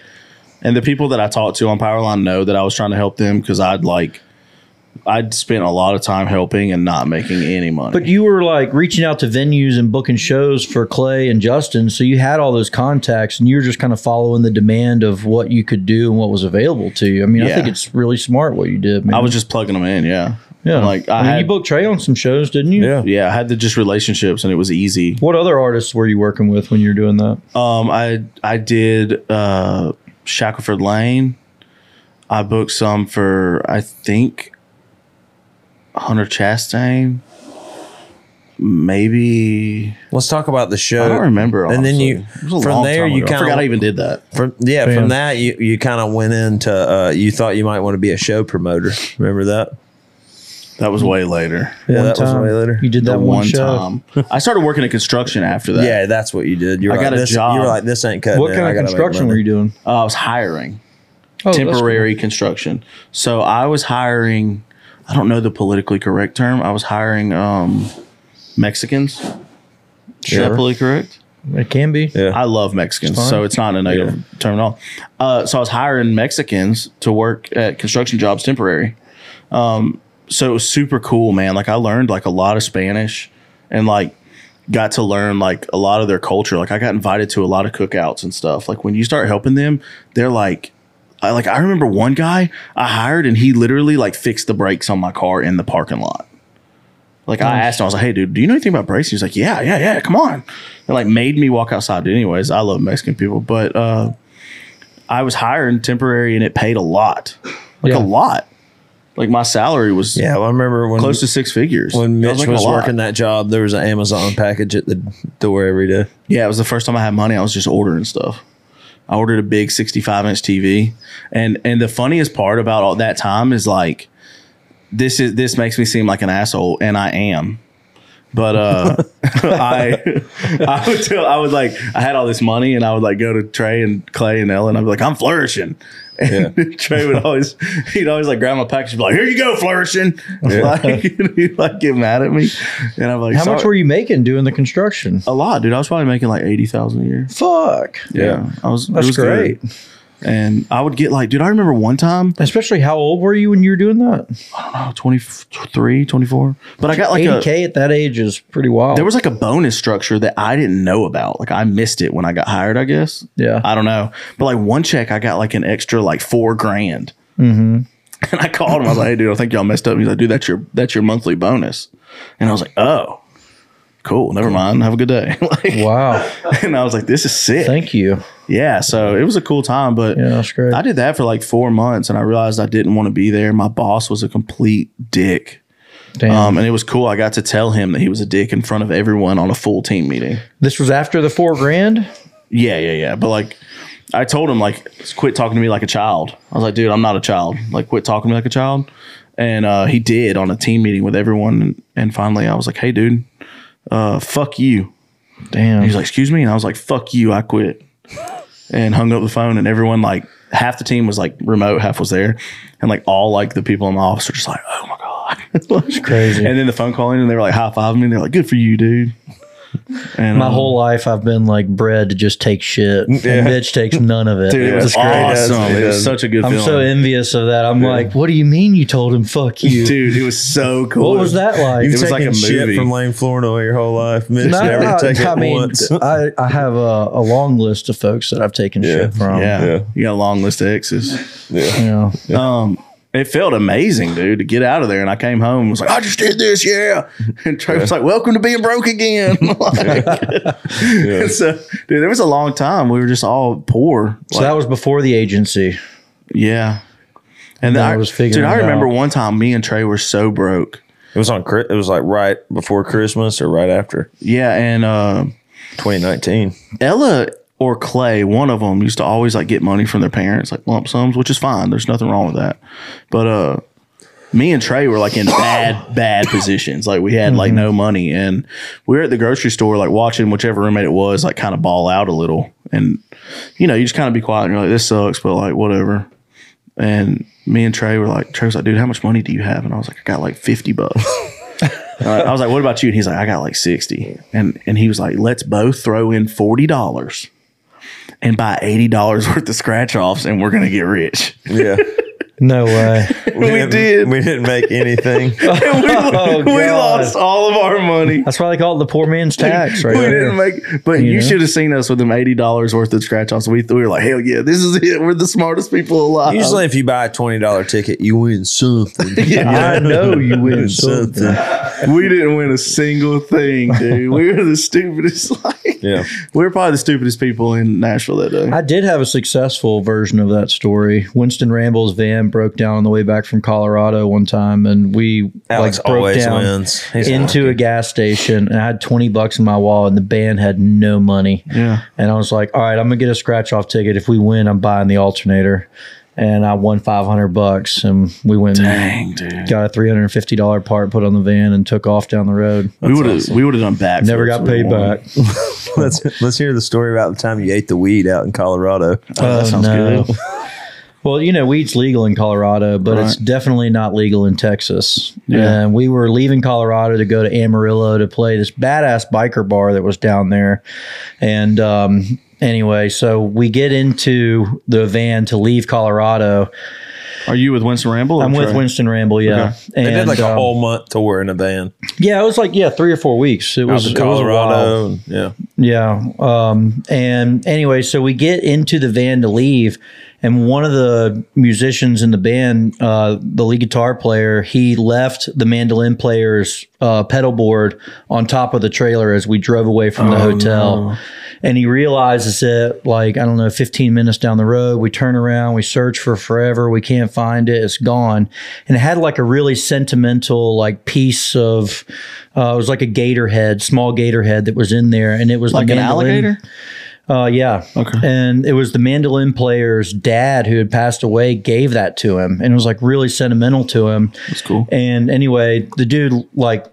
S1: and the people that I talked to on Powerline know that I was trying to help them because I'd like, I'd spent a lot of time helping and not making any money.
S2: But you were like reaching out to venues and booking shows for Clay and Justin. So you had all those contacts and you were just kind of following the demand of what you could do and what was available to you. I mean, I
S1: Yeah.
S2: think it's really smart what you did, man.
S1: I was just plugging them in. Yeah.
S2: yeah.
S1: like, I
S2: I mean,
S1: had-
S2: you booked Trey on some shows, didn't you?
S3: Yeah.
S1: Yeah. I had the just relationships and it was easy.
S2: What other artists were you working with when you were doing that?
S1: Um, I, I did, uh, Shackelford Lane. I booked some for, I think, Hunter Chastain. Maybe
S3: Let's talk about the show.
S1: I don't remember.
S3: And then you
S1: honestly. It was a
S3: from
S1: long
S3: there
S1: time
S3: you
S1: ago.
S3: kind
S1: I forgot I
S3: of
S1: even did that.
S3: from yeah
S2: Yeah.
S3: from that you you kind of went into uh, you thought you might want to be a show promoter. Remember that?
S1: That was way later.
S3: Yeah,
S2: One
S3: that
S2: time.
S3: was way later.
S2: You did
S1: The
S2: that one,
S1: one
S2: show.
S1: time I started working at construction after that.
S3: Yeah, that's what you did. You were
S1: I
S3: like,
S1: got a
S3: this,
S1: job.
S3: You were like, this ain't cutting.
S2: What
S3: it.
S2: kind
S3: I
S2: of
S3: gotta make
S2: construction
S3: money.
S2: were you doing?
S1: uh, I was hiring
S2: Oh, that's cool.
S1: temporary construction. So I was hiring. I don't know the politically correct term. I was hiring um, Mexicans. Is that
S3: Sure.
S1: politically correct?
S2: It can be.
S3: Yeah.
S1: I love Mexicans,
S2: fine.
S1: so it's not a negative term at all. Uh, so I was hiring Mexicans to work at construction jobs temporary. Um, so it was super cool, man. Like I learned like a lot of Spanish, and like got to learn like a lot of their culture. Like I got invited to a lot of cookouts and stuff. Like when you start helping them, they're like. I, like I remember one guy I hired and he literally like fixed the brakes on my car in the parking lot. Like I asked him, I was like, "Hey, dude, do you know anything about braces?" He's like, "Yeah, yeah, yeah. Come on." And like made me walk outside. Anyways, I love Mexican people, but uh, I was hiring temporary and it paid a lot, like
S2: Yeah.
S1: a lot. Like my salary was
S3: Yeah, well, I remember when
S1: close to six figures. I
S3: when Mitch
S1: making
S3: was,
S1: a lot.
S3: working that job. There was an Amazon package at the door every day.
S1: Yeah, it was the first time I had money. I was just ordering stuff. I ordered a big 65 inch TV, and and the funniest part about all that time is like, this is this makes me seem like an asshole, and I am. But uh, I I would tell I would like I had all this money, and I would like go to Trey and Clay and Ellen. I'd be like, I'm flourishing. And Trey would always he'd always like grab my package, and be like, here you go, flourishing. Like, he'd like get mad at me, and I'm like,
S2: How much were you making doing the construction?
S1: a lot, dude. I was probably making like eighty thousand a year.
S2: Fuck.
S1: Yeah, I was.
S2: That's
S1: it was
S2: great.
S1: good. And I would get like, dude, I remember one time,
S2: Especially how old were you when you were doing that?
S1: oh, 23, 24. But I got like a,
S2: 80K at that age is pretty wild.
S1: there was like a bonus structure that I didn't know about. Like I missed it when I got hired, I guess.
S2: Yeah.
S1: I don't know. But like one check, I got like an extra like four grand. Mm-hmm. And I called him. I was like, hey, dude, I think y'all messed up. And he's like, dude, that's your, that's your monthly bonus. And I was like, oh, cool. Never mind. Have a good day. like,
S2: wow.
S1: And I was like, this is sick.
S2: Thank you.
S1: Yeah, so it was a cool time, but
S2: Yeah, that's great.
S1: I did that for like four months, and I realized I didn't want to be there. My boss was a complete dick,
S2: Damn.
S1: um, and it was cool. I got to tell him that he was a dick in front of everyone on a full team meeting.
S2: this was after the four grand.
S1: Yeah, yeah, yeah. But like, I told him like, quit talking to me like a child. I was like, dude, I'm not a child. Like, quit talking to me like a child. And uh, he did on a team meeting with everyone, and, and finally, I was like, hey, dude, uh, fuck you.
S2: Damn.
S1: He's like, "Excuse me," and I was like, "Fuck you, I quit," and hung up the phone. And everyone, like, half the team was like remote, half was there, and like all like the people in my office were just like, "Oh my god, that's
S2: crazy.
S1: And then the phone calling, and they were like high fiving me, and they're like, "Good for you, dude." And um,
S2: my whole life I've been like bred to just take shit. And bitch takes none of it.
S1: dude, it was
S3: great.
S1: awesome. It was
S3: Yeah.
S1: such a good
S2: I'm
S1: feeling,
S2: so envious of that. I'm like, what do you mean you told him fuck you?
S1: dude. It was so cool.
S2: what was that like?
S1: It was like a
S3: Taking
S1: movie.
S3: shit from Lane Flournoy your whole life. Mitch
S2: No,
S3: never
S2: no,
S3: took it
S2: I mean,
S3: once.
S2: I, I have a, a long list of folks that I've taken shit from.
S1: Um, yeah.
S3: Yeah.
S1: you got a long list of exes.
S2: You know,
S1: Um, it felt amazing, dude, to get out of there. And I came home and was like, I just did this, yeah. And Trey was like, Welcome to being broke again. Like- And so, dude, there was a long time we were just all poor.
S2: so that was before the agency.
S1: Yeah. And then
S2: I
S1: I
S2: was
S1: was Dude,
S2: figuring
S1: I
S2: it
S1: remember
S2: out.
S1: one time me and Trey were so broke.
S3: It was on. Chri- It was like right before Christmas or right after
S1: Yeah. And uh,
S3: 2019.
S1: Ella or Clay, one of them used to always like get money from their parents, like lump sums, which is fine. There's nothing wrong with that. But uh me and Trey were like in bad, bad positions. Like we had like no money. And we were at the grocery store, like watching whichever roommate it was, like kind of ball out a little. And you know, you just kind of be quiet and you're like, this sucks, but like whatever. And me and Trey were like, Trey was like, dude, how much money do you have? And I was like, I got like 50 bucks. Uh, I was like, what about you? And he's like, I got like 60. And and he was like, let's both throw in $40 and buy $80 worth of scratch offs and we're going to get rich.
S3: Yeah,
S2: No way.
S3: we, didn't-
S1: did.
S3: We didn't make anything.
S2: Uh-huh.
S1: And we, we
S2: Oh, God.
S1: lost all of our money.
S2: That's why they call it the poor man's tax, right?
S1: we
S2: there.
S1: didn't make, but you,
S2: know?
S1: should have seen us with them eighty dollars worth of scratch offs. We, we were like, hell yeah, this is it. We're the smartest people alive.
S3: Usually, if you buy a twenty dollar ticket, you win something.
S2: I know you win something.
S1: we didn't win a single thing, dude. We were the stupidest. Like,
S3: Yeah.
S1: we were probably the stupidest people in Nashville that day.
S2: I did have a successful version of that story. Winston Ramble's van broke down on the way back from Colorado one time, and we
S3: Alex
S2: like broke
S3: always
S2: down
S3: wins. He's
S2: into a gas station, and I had twenty bucks in my wallet, and the band had no money.
S1: yeah,
S2: And I was like, all right, I'm gonna get a scratch off ticket. If we win, I'm buying the alternator. And I won five hundred bucks, and we went. and
S1: dang, dude.
S2: Got a three hundred and fifty dollar part put on the van and took off down the road.
S1: we would have we would have done back.
S2: Never got paid back.
S3: let's let's hear the story about the time you ate the weed out in Colorado.
S1: Oh, that sounds
S2: no.
S1: good.
S2: Well, you know, weed's legal in Colorado, but it's
S1: Right.
S2: definitely not legal in Texas.
S1: Yeah.
S2: And we were leaving Colorado to go to Amarillo to play this badass biker bar that was down there. And um, anyway, so we get into the van to leave Colorado.
S1: Are you with Winston Ramble? or
S2: I'm with
S1: Trey?
S2: Winston Ramble, yeah. And,
S3: They did like a
S2: um,
S3: whole month tour in a van.
S2: yeah, it was like yeah, three or four weeks. It was
S3: Out in
S2: it was a while.
S3: Colorado. yeah.
S2: Yeah. Um, and anyway, so we get into the van to leave, and one of the musicians in the band, uh, the lead guitar player, he left the mandolin player's uh, pedal board on top of the trailer as we drove away from the hotel. And he realizes it like, I don't know, 15 minutes down the road. We turn around, we search for forever, we can't can't find it. It's gone. And it had like a really sentimental like piece of uh, it was like a gator head, small gator head that was in there, and it was the
S1: Like an
S2: mandolin-
S1: alligator?
S2: Uh, yeah. Okay. And it was the mandolin player's dad who had passed away gave that to him, and it was like really sentimental to him. That's
S1: cool.
S2: And anyway, the dude like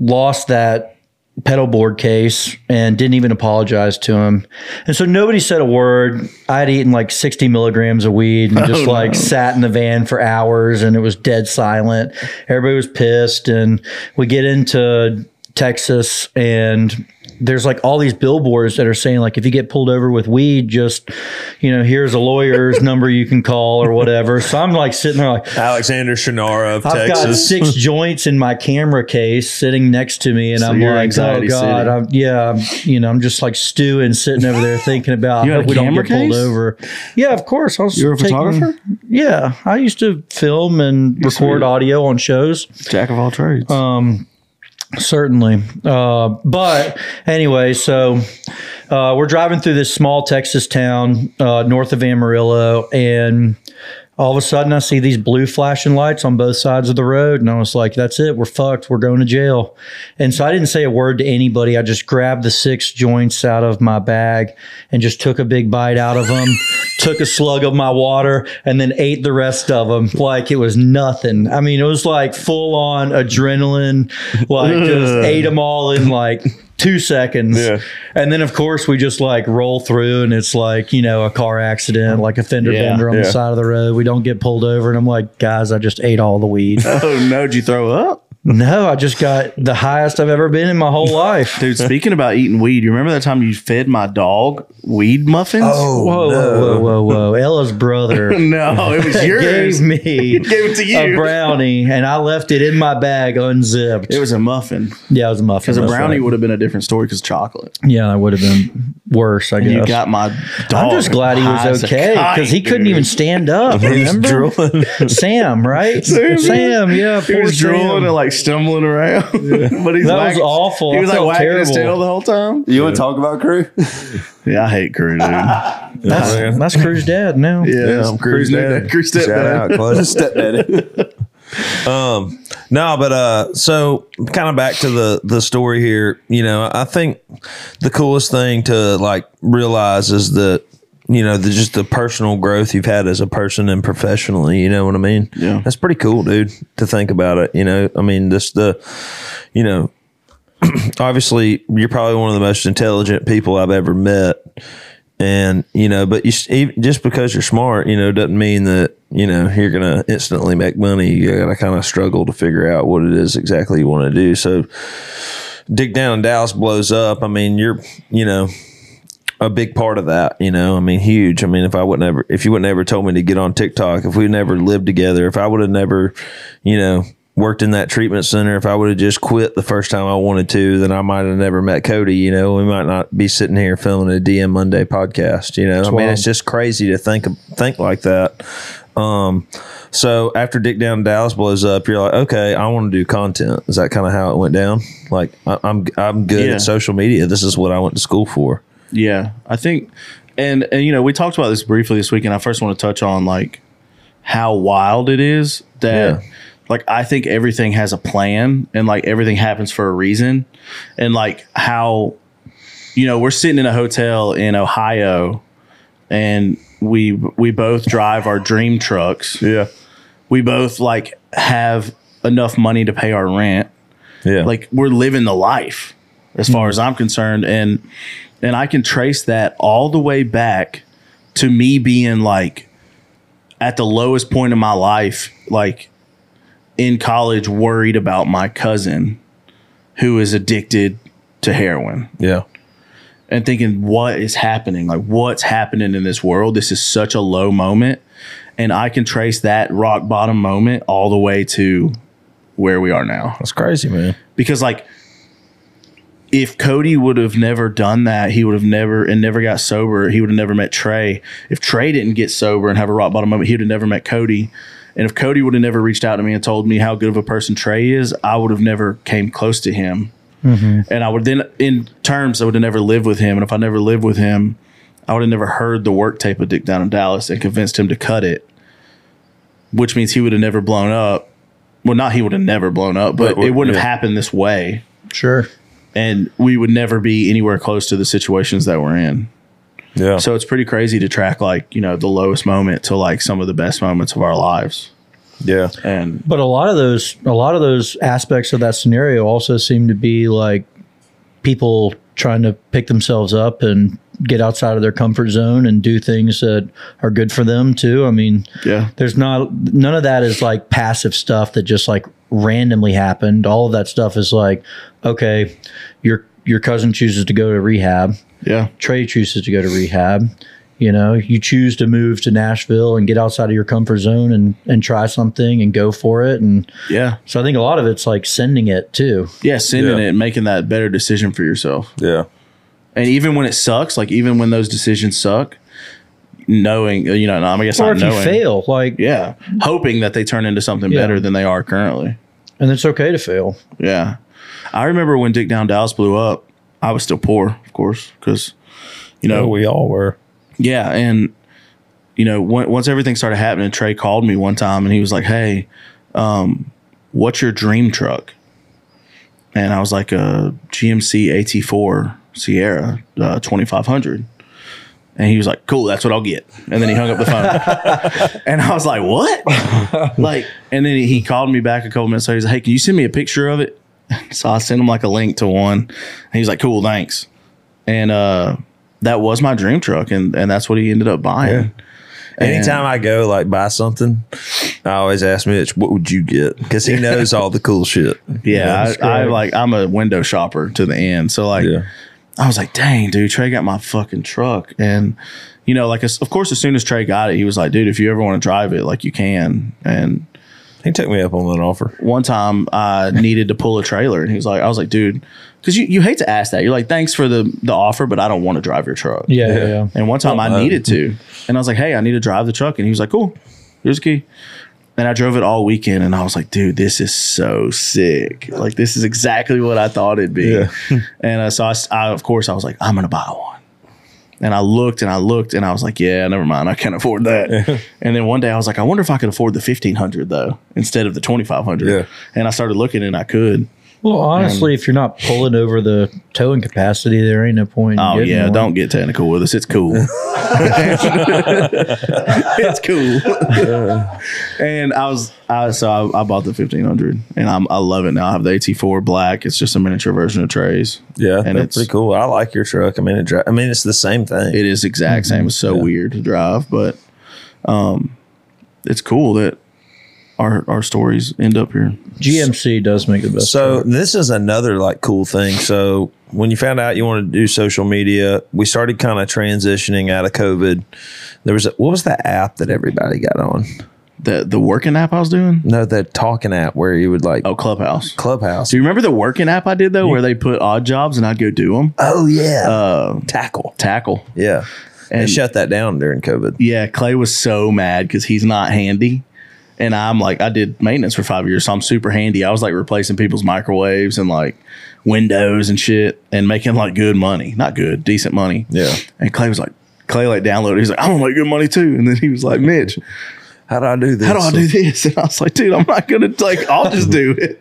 S2: lost that pedal board case and didn't even apologize to him. And so nobody said a word. I had eaten like 60 milligrams of weed and just like sat in the van for hours and it was dead silent. Everybody was pissed. And we get into Texas and there's like all these billboards that are saying like if you get pulled over with weed just you know here's a lawyer's number you can call or whatever so i'm like sitting there like
S3: Alexander Shannara of
S2: I've got
S3: Texas.
S2: six joints in my camera case sitting next to me, and I'm
S1: your
S2: like, oh
S1: anxiety
S2: god,
S1: city.
S2: I'm, yeah, I'm, you know, I'm just like stewing, sitting over there thinking about.
S1: You
S2: I
S1: had
S2: hope
S1: a
S2: we don't
S1: camera
S2: get pulled
S1: case?
S2: over. Yeah, of course. I was
S1: You were a
S2: taking-
S1: photographer?
S2: Yeah, I used to film and record
S1: sweet.
S2: audio on shows.
S1: Jack of all trades.
S2: Um, Certainly. Uh, but anyway, so uh, we're driving through this small Texas town uh, north of Amarillo, and all of a sudden I see these blue flashing lights on both sides of the road, and I was like, that's it. We're fucked. We're going to jail. And so I didn't say a word to anybody. I just grabbed the six joints out of my bag and just took a big bite out of them, took a slug of my water, and then ate the rest of them like it was nothing. I mean, it was like full on adrenaline, like just ate them all in like two seconds.
S3: Yeah.
S2: And then, of course, we just like roll through and it's like, you know, a car accident, like a fender
S1: Yeah,
S2: bender on the
S3: yeah.
S2: side of the road. We don't get pulled over. And I'm like, guys, I just ate all the weed.
S1: oh no, did you throw up?
S2: no, I just got the highest I've ever been in my whole life.
S1: Dude, speaking about eating weed, you remember that time you fed my dog weed muffins?
S3: Oh,
S2: Whoa,
S3: no.
S2: whoa, whoa, whoa, whoa. Ella's brother
S1: no, it was
S2: gave
S1: yours.
S2: me
S1: Gave it to
S2: a
S1: you.
S2: brownie and I left it in my bag unzipped.
S1: it was a muffin.
S2: yeah, it was a muffin.
S1: Because a
S2: that's
S1: brownie
S2: right.
S1: would have been a different story because chocolate.
S2: Yeah, that would have been worse, I guess.
S1: You got my dog.
S2: I'm just glad he
S1: high as
S2: was
S1: a
S2: okay because he
S1: kite,
S2: couldn't
S1: dude.
S2: even stand up. Remember? Sam, right? Sam, yeah.
S1: He
S2: poor
S1: was
S2: Sam.
S1: drooling and like stumbling around. but he's
S2: That
S1: wagging-
S2: was awful.
S1: He
S2: I
S1: was like
S2: felt
S1: wagging his
S2: terrible.
S1: tail the whole time.
S4: You want to talk about crew?
S1: Yeah, I hate crew, dude. yeah,
S2: That's, that's Crew's dad now.
S1: yeah crew's dad. Crew's
S3: Shout out,
S1: stepdad.
S3: Clutch.
S4: Stepdad.
S3: No, but uh, so kind of back to the the story here. You know, I think the coolest thing to like realize is that you know the, just the personal growth you've had as a person and professionally. You know what I mean?
S1: Yeah.
S3: that's pretty cool, dude. To think about it, you know, I mean, this the, you know, obviously you're probably one of the most intelligent people I've ever met. And you know, but you s- even- just because you're smart, you know, doesn't mean that you know you're gonna instantly make money. You gotta kind of struggle to figure out what it is exactly you want to do. So, dig down and Dallas blows up. I mean, you're you know a big part of that. You know, I mean, huge. I mean, if I would never, if you would never told me to get on TikTok, if we never lived together, if I would have never, you know, worked in that treatment center, if I would have just quit the first time I wanted to, then I might have never met Cody. You know, we might not be sitting here filming a DM Monday podcast. You know, I mean,
S2: wild.
S3: it's just crazy to think think like that. Um, so after Dick Down in Dallas blows up, you're like, okay, I want to do content. Is that kind of how it went down? Like, I, I'm I'm good
S1: Yeah.
S3: at social media. This is what I went to school for.
S1: Yeah, I think, and and you know, we talked about this briefly this week, and I first want to touch on like how wild it is that.
S3: Yeah.
S1: Like I think everything has a plan and like everything happens for a reason. And like how you know, we're sitting in a hotel in Ohio and we we both drive our dream trucks.
S3: Yeah.
S1: We both like have enough money to pay our rent
S3: Yeah.
S1: like we're living the life as far as I'm concerned and and I can trace that all the way back to me being like at the lowest point of my life like in college worried about my cousin who is addicted to heroin
S3: yeah.
S1: and thinking what is happening like what's happening in this world this is such a low moment and I can trace that rock bottom moment all the way to where we are now
S3: That's crazy, man.
S1: because like if Cody would have never done that, he would have never and never got sober. He would have never met Trey. If Trey didn't get sober and have a rock bottom moment, he would have never met Cody. And if Cody would have never reached out to me and told me how good of a person Trey is, I would have never came close to him. And I would then, in terms, I would have never lived with him. And if I never lived with him, I would have never heard the work tape of Dick Down in Dallas and convinced him to cut it. which means he would have never blown up. Well, not he would have never blown up, but,
S3: But-
S1: it wouldn't
S3: yeah.
S1: have happened this way,
S2: Sure.
S1: and we would never be anywhere close to the situations that we're in.
S3: Yeah.
S1: So it's pretty crazy to track like you know the lowest moment to like some of the best moments of our lives,
S3: yeah.
S1: and
S2: But a lot of those, a lot of those aspects of that scenario also seem to be like people trying to pick themselves up and get outside of their comfort zone and do things that are good for them too. I mean,
S1: yeah,
S2: there's not none of that is like passive stuff that just like randomly happened. All of that stuff is like, okay, your your cousin chooses to go to rehab.
S1: yeah,
S2: Trey chooses to go to rehab. You know, you choose to move to Nashville and get outside of your comfort zone and and try something and go for it. And
S1: yeah,
S2: so I think a lot of it's like sending it too.
S1: yeah. Sending
S3: Yeah.
S1: it, and making that better decision for yourself,
S3: Yeah.
S1: and even when it sucks, like even when those decisions suck, knowing you know, I guess
S2: Or
S1: not
S2: if
S1: knowing,
S2: you fail, like,
S1: yeah, hoping that they turn into something
S2: Yeah.
S1: better than they are currently.
S2: and it's okay to fail.
S1: Yeah. I remember when Dick Down Dallas blew up, I was still poor, of course, because, you know,
S3: Oh, we all were.
S1: yeah. And, you know, on- once everything started happening, Trey called me one time and he was like, hey, um, what's your dream truck? And I was like, a GMC AT4 Sierra uh, 2500. And he was like, cool, that's what I'll get. And then he hung up the phone. and I was like, what? like, and then he called me back a couple minutes later. He's like, hey, can you send me a picture of it? So I sent him like a link to one. And he was like, cool, thanks. And uh, that was my dream truck. And, and that's what he ended up buying.
S3: Anytime I go like buy something, I always ask Mitch, "What would you get?" Because he knows all the cool shit.
S1: Yeah.
S3: that's
S1: I, I
S3: great.
S1: like, I'm a window shopper to the end. So, like,
S3: Yeah.
S1: I was like, dang, dude, Trey got my fucking truck. And, you know, like, as- of course, as soon as Trey got it, he was like, dude, if you ever want to drive it, like, you can. And
S3: He took me up on that offer.
S1: one time I needed to pull a trailer. And he was like, I was like, dude, because you, you hate to ask that. You're like, thanks for the, the offer, but I don't want to drive your truck.
S2: Yeah, yeah. yeah.
S1: And one time I needed to. And I was like, hey, I need to drive the truck. And he was like, cool, here's a key. And I drove it all weekend and I was like, dude, this is so sick. Like, this is exactly what I thought it'd be. and uh, so, I, s- I- of course, I was like, I'm going to buy one. And I looked and I looked and I was like, yeah, never mind. I can't afford that. and then one day I was like, I wonder if I could afford the 1500 though, instead of the 2500.
S3: Yeah.
S1: And I started looking and I could.
S2: Well, honestly, if you're not pulling over the towing capacity, there ain't no point. in
S1: Oh,
S2: getting
S1: yeah.
S2: one.
S1: Don't get technical with us. It's cool. it's cool. and I was, I, so I, I bought the 1500 and I'm, I love it now. I have the AT4 black. It's just a miniature version of Trey's.
S3: Yeah,
S1: And
S3: and
S1: it's-
S3: it's pretty cool. I like your truck. I mean, it dri- I mean, it's the same thing.
S1: It is exact same. It's so weird to drive, but, um, it's cool that our, our stories end up here.
S2: GMC does make the best.
S3: so this is another like cool thing. So when you found out you wanted to do social media, we started kind of transitioning out of COVID. There was a, what was the app that everybody got on?
S1: The, the working app I was doing?
S3: No, the talking app where you would like
S1: Oh, Clubhouse.
S3: Clubhouse.
S1: Do you remember the working app I did though, where they put odd jobs and I'd go do them?
S3: Oh yeah, tackle.
S1: Tackle.
S3: Yeah, and
S1: Uh, And-
S3: shut that down during COVID.
S1: Yeah, Clay was so mad because he's not handy. And I'm like, I did maintenance for five years, so I'm super handy. I was like replacing people's microwaves and like windows and shit and making like good money. Not good, decent money.
S3: Yeah.
S1: And Clay was like, Clay like downloaded. He's like, I'm gonna make good money too. And then he was like, Mitch,
S3: How do I do this?
S1: how do I do this? And I was like, dude, I'm not gonna like, I'll just do it.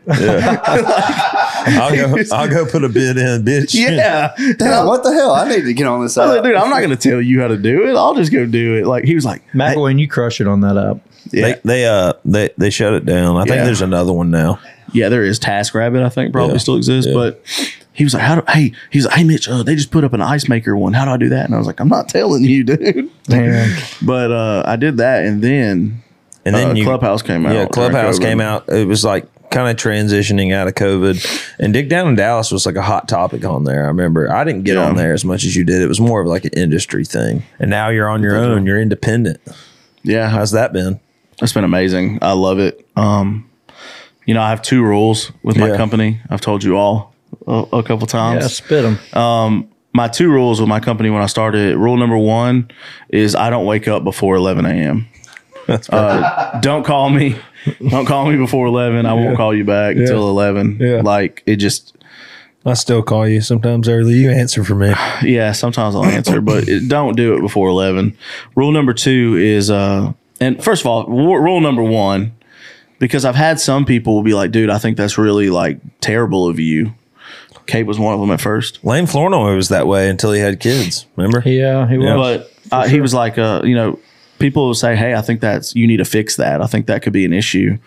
S3: I'll go. I'll go put a bid in, bitch.
S1: yeah.
S4: Damn, what the hell? I need to get on this
S1: I was like,
S4: side.
S1: dude, I'm not gonna tell you how to do it. I'll just go do it. Like he was like,
S2: McElwain, you crush it on that app.
S1: yeah,
S3: They, they uh they they shut it down. I think
S1: Yeah.
S3: there's another one now.
S1: Yeah, there is TaskRabbit. I think probably
S3: Yeah.
S1: still exists,
S3: Yeah.
S1: but he was like, "How do hey?" He's like, "Hey, Mitch, uh, they just put up an ice maker one. How do I do that?" And I was like, "I'm not telling you, dude." But uh, I did that, and then
S3: And then
S1: uh,
S3: you,
S1: Clubhouse came out.
S3: yeah, Clubhouse
S1: during COVID.
S3: came out. It was like kind of transitioning out of COVID. And Dick Down in Dallas was like a hot topic on there. I remember I didn't get
S1: Yeah.
S3: on there as much as you did. It was more of like an industry thing. And now you're on your own. You're independent.
S1: Yeah,
S3: How's that been?
S1: it's been amazing. I love it. Um, you know, I have two rules with my
S3: Yeah.
S1: company. I've told you all a, a couple times.
S2: Yeah, spit them.
S1: Uh, My two rules with my company when I started. Rule number one is I don't wake up before 11 a.m. Uh, don't call me. Don't call me before eleven. I won't call you back until eleven.
S3: Yeah.
S1: Like it just
S3: I still call you sometimes early. You answer for me.
S1: yeah. Sometimes I'll answer, but it, don't do it before eleven. Rule number two is uh, and first of all, w- rule number one, because I've had some people will be like, dude, I think that's really like terrible of you. Kate was one of them at first.
S3: Lane Flournoy was that way until he had kids. Remember?
S2: Yeah, he was.
S1: but uh, he was like, uh, you know, people will say, "Hey, I think that's you need to fix that. I think that could be an issue."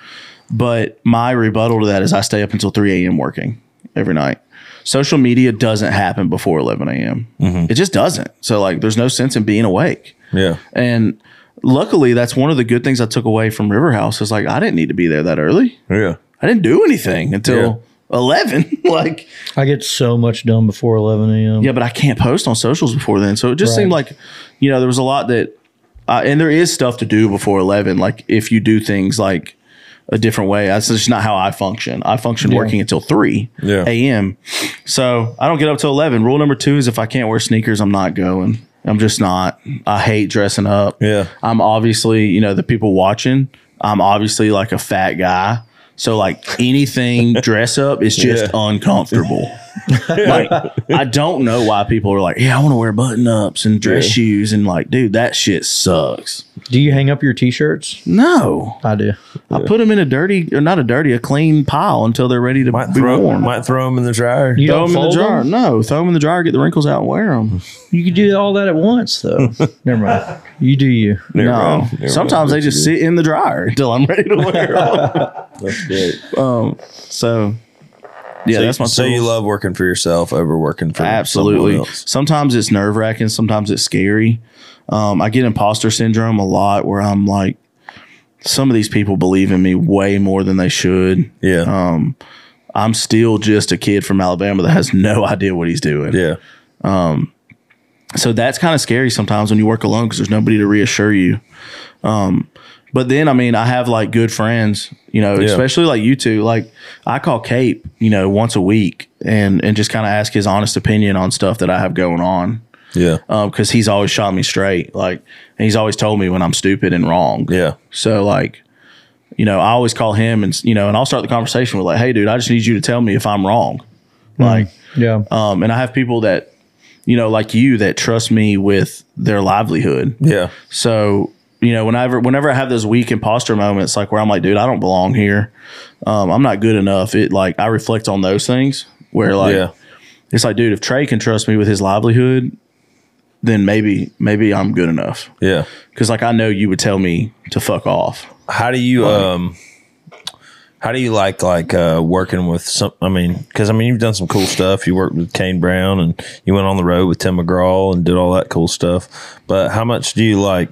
S1: But my rebuttal to that is, I stay up until three a.m. working every night. Social media doesn't happen before eleven a.m. It just doesn't. So like, there's no sense in being awake.
S3: Yeah.
S1: And luckily, that's one of the good things I took away from River House is like I didn't need to be there that early.
S3: Yeah.
S1: I didn't do anything until eleven. like
S2: I get so much done before 11 a.m.
S1: yeah, but I can't post on socials before then. So it just
S2: Right.
S1: seemed like, you know, there was a lot that, uh, and there is stuff to do before 11. Like if you do things like a different way, that's just not how I function. I function working until 3
S3: Yeah.
S1: a.m. So I don't get up till 11. Rule number two is if I can't wear sneakers, I'm not going. I'm just not. I hate dressing up.
S3: Yeah.
S1: I'm obviously, you know, the people watching, I'm obviously like a fat guy. So like anything dress up is just
S3: Yeah.
S1: uncomfortable. like I don't know why people are like, yeah, I want to wear button ups and dress shoes and like, dude, that shit sucks.
S2: Do you hang up your t-shirts?
S1: No,
S2: I do.
S1: I put them in a dirty or not a dirty, a clean pile until they're ready to
S3: Might
S1: be
S3: throw
S1: worn.
S3: might throw him in the dryer.
S2: You
S1: throw
S2: don't
S1: them in the
S2: fold
S1: dryer.
S2: them?
S1: No, throw them in the dryer, get the wrinkles out, and wear them.
S2: You could do all that at once, though. Never mind. You do you.
S3: Never
S1: No,
S3: mind. Never mind.
S1: sometimes they just sit in the dryer until I'm ready to wear them.
S3: That's great.
S1: Um, So, yeah,
S3: so
S1: that's my.
S3: you, so you
S1: tools.
S3: love working for yourself over working for
S1: Absolutely.
S3: someone else.
S1: Sometimes it's nerve wracking. Sometimes it's scary. Um, I get imposter syndrome a lot, where I'm like, some of these people believe in me way more than they should. Um,
S3: Yeah.
S1: I'm still just a kid from Alabama that has no idea what he's doing.
S3: yeah.
S1: So that's kind of scary sometimes when you work alone because there's nobody to reassure you. Um, but then, I mean, I have like good friends, you know, especially like you two. Like I call Cape, you know, once a week and and just kind of ask his honest opinion on stuff that I have going on.
S3: Yeah.
S1: because he's always shot me straight. Like, and he's always told me when I'm stupid and wrong.
S3: Yeah.
S1: So like, you know, I always call him and you know, and I'll start the conversation with like, "Hey, dude, I just need you to tell me if I'm wrong." Like,
S2: Yeah.
S1: um, and I have people that, you know, like you that trust me with their livelihood.
S3: Yeah.
S1: So you know, whenever whenever I have those weak imposter moments, like where I'm like, dude, I don't belong here. Um, I'm not good enough. It like I reflect on those things where like
S3: yeah.
S1: it's like, dude, if Trey can trust me with his livelihood, then maybe maybe I'm good enough.
S3: Yeah.
S1: Because like I know you would tell me to fuck off.
S3: How do you um how do you like like uh working with some I mean cuz I mean you've done some cool stuff. You worked with Kane Brown and you went on the road with Tim McGraw and did all that cool stuff. But how much do you like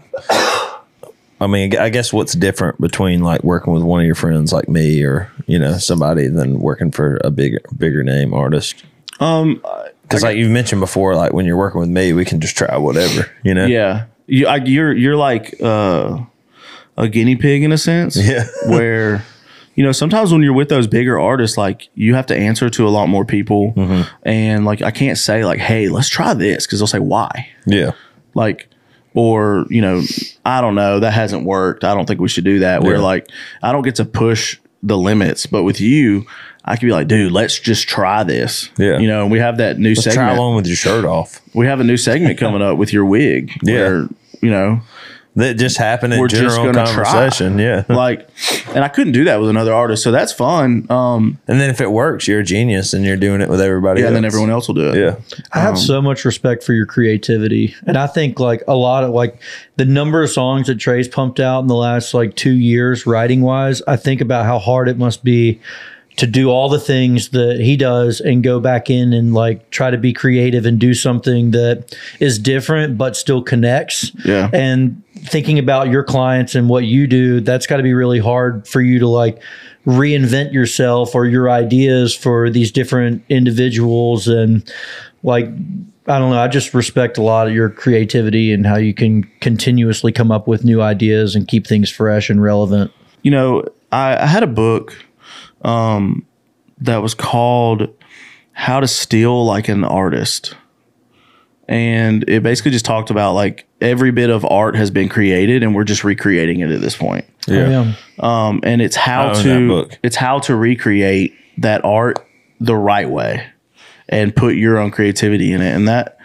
S3: I mean I guess what's different between like working with one of your friends like me or you know somebody than working for a bigger bigger name artist?
S1: Um,
S3: Cuz like you've mentioned before like when you're working with me we can just try whatever, you know.
S1: yeah, you, I, you're you're like uh, a guinea pig in a sense.
S3: Yeah.
S1: where you know sometimes when you're with those bigger artists, like you have to answer to a lot more people,
S3: Mm-hmm.
S1: and like I can't say like, hey, let's try this because they'll say why.
S3: Yeah.
S1: like or you know i don't know that hasn't worked i don't think we should do that where
S3: Yeah.
S1: like i don't get to push the limits but with you i could be like dude let's just try this
S3: Yeah.
S1: you know and we have that new
S3: Let's try
S1: segment
S3: one with your shirt off.
S1: we have a new segment coming up with your wig
S3: Yeah.
S1: you know
S3: That just happened in
S1: We're just
S3: general
S1: gonna try.
S3: conversation. Yeah.
S1: like and i couldn't do that with another artist so that's fun um
S3: And then if it works, you're a genius and you're doing it with everybody.
S1: yeah, and then
S3: else.
S1: everyone else will do it
S3: Yeah.
S2: I have so much respect for your creativity. And I think like a lot of like the number of songs that Trey's pumped out in the last like two years, writing wise, I think about how hard it must be to do all the things that he does and go back in and like try to be creative and do something that is different but still connects.
S1: Yeah.
S2: And thinking about your clients and what you do, that's got to be really hard for you to like reinvent yourself or your ideas for these different individuals and like I don't know. I just respect a lot of your creativity and how you can continuously come up with new ideas and keep things fresh and relevant.
S1: you know, I, I had a book um, that was called How to Steal Like an Artist. And it basically just talked about like every bit of art has been created and we're just recreating it at this point.
S3: Yeah.
S1: Um, and it's
S3: I
S1: how
S3: own that
S1: to
S3: book.
S1: it's how to recreate that art the right way and put your own creativity in it. And that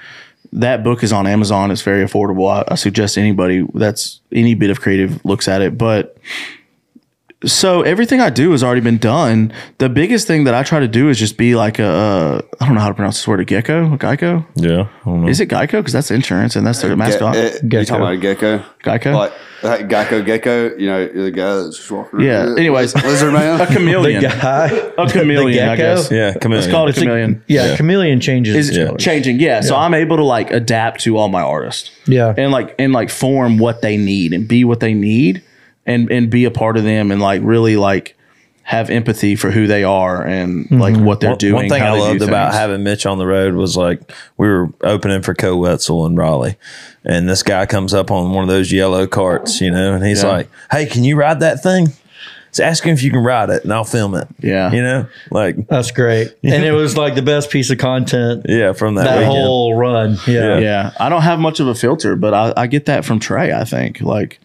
S1: that book is on Amazon. It's very affordable. I, I suggest anybody that's any bit of creative looks at it. But so everything I do has already been done. The biggest thing that I try to do is just be like a, uh, I don't know how to pronounce this word, a gecko, a geico.
S3: Yeah. I don't know.
S1: Is it geico? Because that's insurance and that's their mascot.
S4: Ge- eh, You
S2: Gecko.
S4: talking about a gecko?
S1: Geico?
S4: Like, like Geico Gecko, you know, the guy that's just walking.
S1: Yeah, anyways.
S4: lizard man.
S1: a chameleon.
S2: The guy.
S1: a chameleon, I
S2: gecko?
S1: guess.
S3: yeah. Come in.
S1: It's called a chameleon.
S2: Yeah, chameleon changes.
S1: Is
S2: its colors.
S1: changing, yeah. So I'm able to like adapt to all my artists,
S2: Yeah.
S1: and like and like form what they need and be what they need, and and be a part of them and like really like have empathy for who they are and like what they're
S3: one,
S1: doing.
S3: One thing
S1: how
S3: I
S1: they do
S3: loved about
S1: things.
S3: having Mitch on the road was like we were opening for Co Wetzel and Raleigh, and this guy comes up on one of those yellow carts, you know, and he's
S1: Yeah.
S3: like, "Hey, can you ride that thing?" He's asking if you can ride it, and I'll film it.
S1: Yeah.
S3: you know, like
S2: That's great. And it was like the best piece of content
S3: yeah, from that,
S2: that
S3: weekend.
S2: whole run. Yeah.
S1: yeah, I don't have much of a filter, but I, I get that from Trey. I think like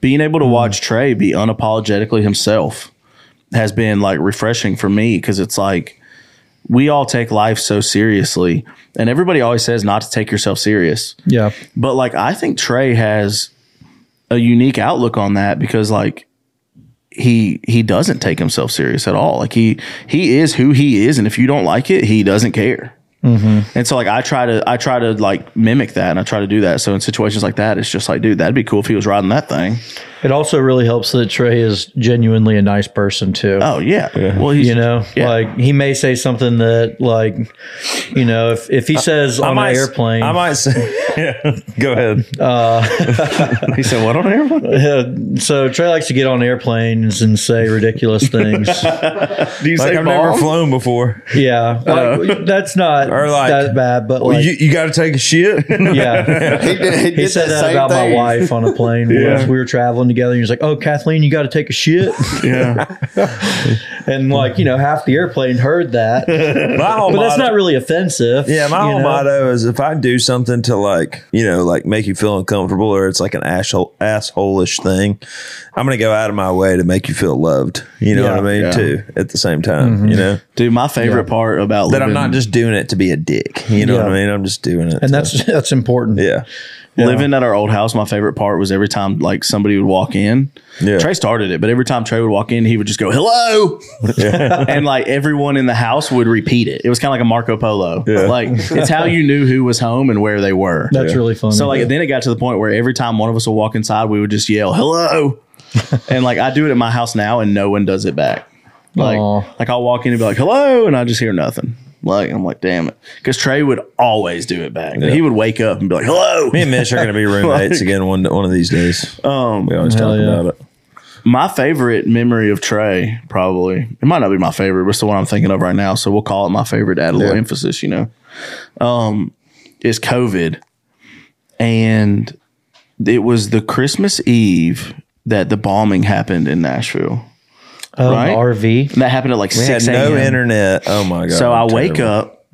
S1: being able to watch Trey be unapologetically himself has been like refreshing for me because it's like we all take life so seriously, and everybody always says not to take yourself serious.
S2: Yeah.
S1: But like I think Trey has a unique outlook on that because like he he doesn't take himself serious at all. Like he he is who he is, and if you don't like it, he doesn't care.
S3: Mm-hmm.
S1: And so like I try to I try to like mimic that, and I try to do that. So in situations like that, it's just like, dude, that'd be cool if he was riding that thing.
S2: It also really helps that Trey is genuinely a nice person too.
S1: Oh yeah, well he's,
S2: You know,
S1: yeah.
S2: like he may say something that, like, you know, if, if he says on an airplane,
S3: I might say, yeah, go ahead.
S1: he said what on airplane?
S2: so Trey likes to get on airplanes and say ridiculous things.
S1: Do you
S3: Like I've never flown before,
S2: yeah, like, that's not
S3: Uh, Or like,
S2: that bad, but
S3: well,
S2: like,
S3: you you got to take a shit.
S2: yeah,
S4: he, did, he,
S2: he
S4: did
S2: said
S4: the
S2: that
S4: same
S2: about
S4: thing.
S2: my wife on a plane.
S3: Yeah.
S2: We were traveling together, and he was like, "Oh, Kathleen, you got to take a shit,"
S1: yeah,
S2: and like, you know, half the airplane heard that, but
S3: my whole motto-
S2: that's not really offensive.
S3: Yeah, my
S2: you
S3: whole
S2: know?
S3: motto is if I do something to like, you know, like make you feel uncomfortable or it's like an asshole assholeish thing, I'm gonna go out of my way to make you feel loved. You know
S2: Yeah.
S3: what I mean?
S1: Yeah.
S3: Too at the same time, you know
S1: dude. My favorite part about
S3: that I'm
S1: living-
S3: not just doing it to be a dick. You know what I
S2: Yeah.
S3: mean? I'm just doing it,
S2: and
S3: to-
S2: that's that's important.
S3: uh, yeah,
S1: Living at our old house, my favorite part was every time like somebody would walk in.
S3: Yeah.
S1: Trey started it, but every time Trey would walk in, he would just go "hello," and like everyone in the house would repeat it. It was kind of like a Marco Polo.
S3: Yeah.
S1: Like it's how you knew who was home and where they were.
S2: That's really funny.
S1: So like then it got to the point where every time one of us would walk inside, we would just yell "hello," and like I do it at my house now, and no one does it back. Like
S2: Aw.
S1: like I'll walk in and be like "hello," and I just hear nothing. Like I'm like damn it, because Trey would always do it back. He would wake up and be like "hello."
S3: me and Mitch are gonna be roommates again one one of these days. Um, we always
S2: hell
S3: talk
S2: yeah.
S3: about it.
S1: My favorite memory of Trey, probably it might not be my favorite, but it's the one I'm thinking of right now. So we'll call it my favorite. Add a little emphasis, you know. Um, is COVID, and it was the Christmas Eve that the bombing happened in Nashville.
S2: oh, the
S1: right?
S2: RV.
S1: And that happened at like
S3: We had
S1: six a.m.
S3: no internet. Oh my god!
S1: So I
S3: terrible.
S1: wake up,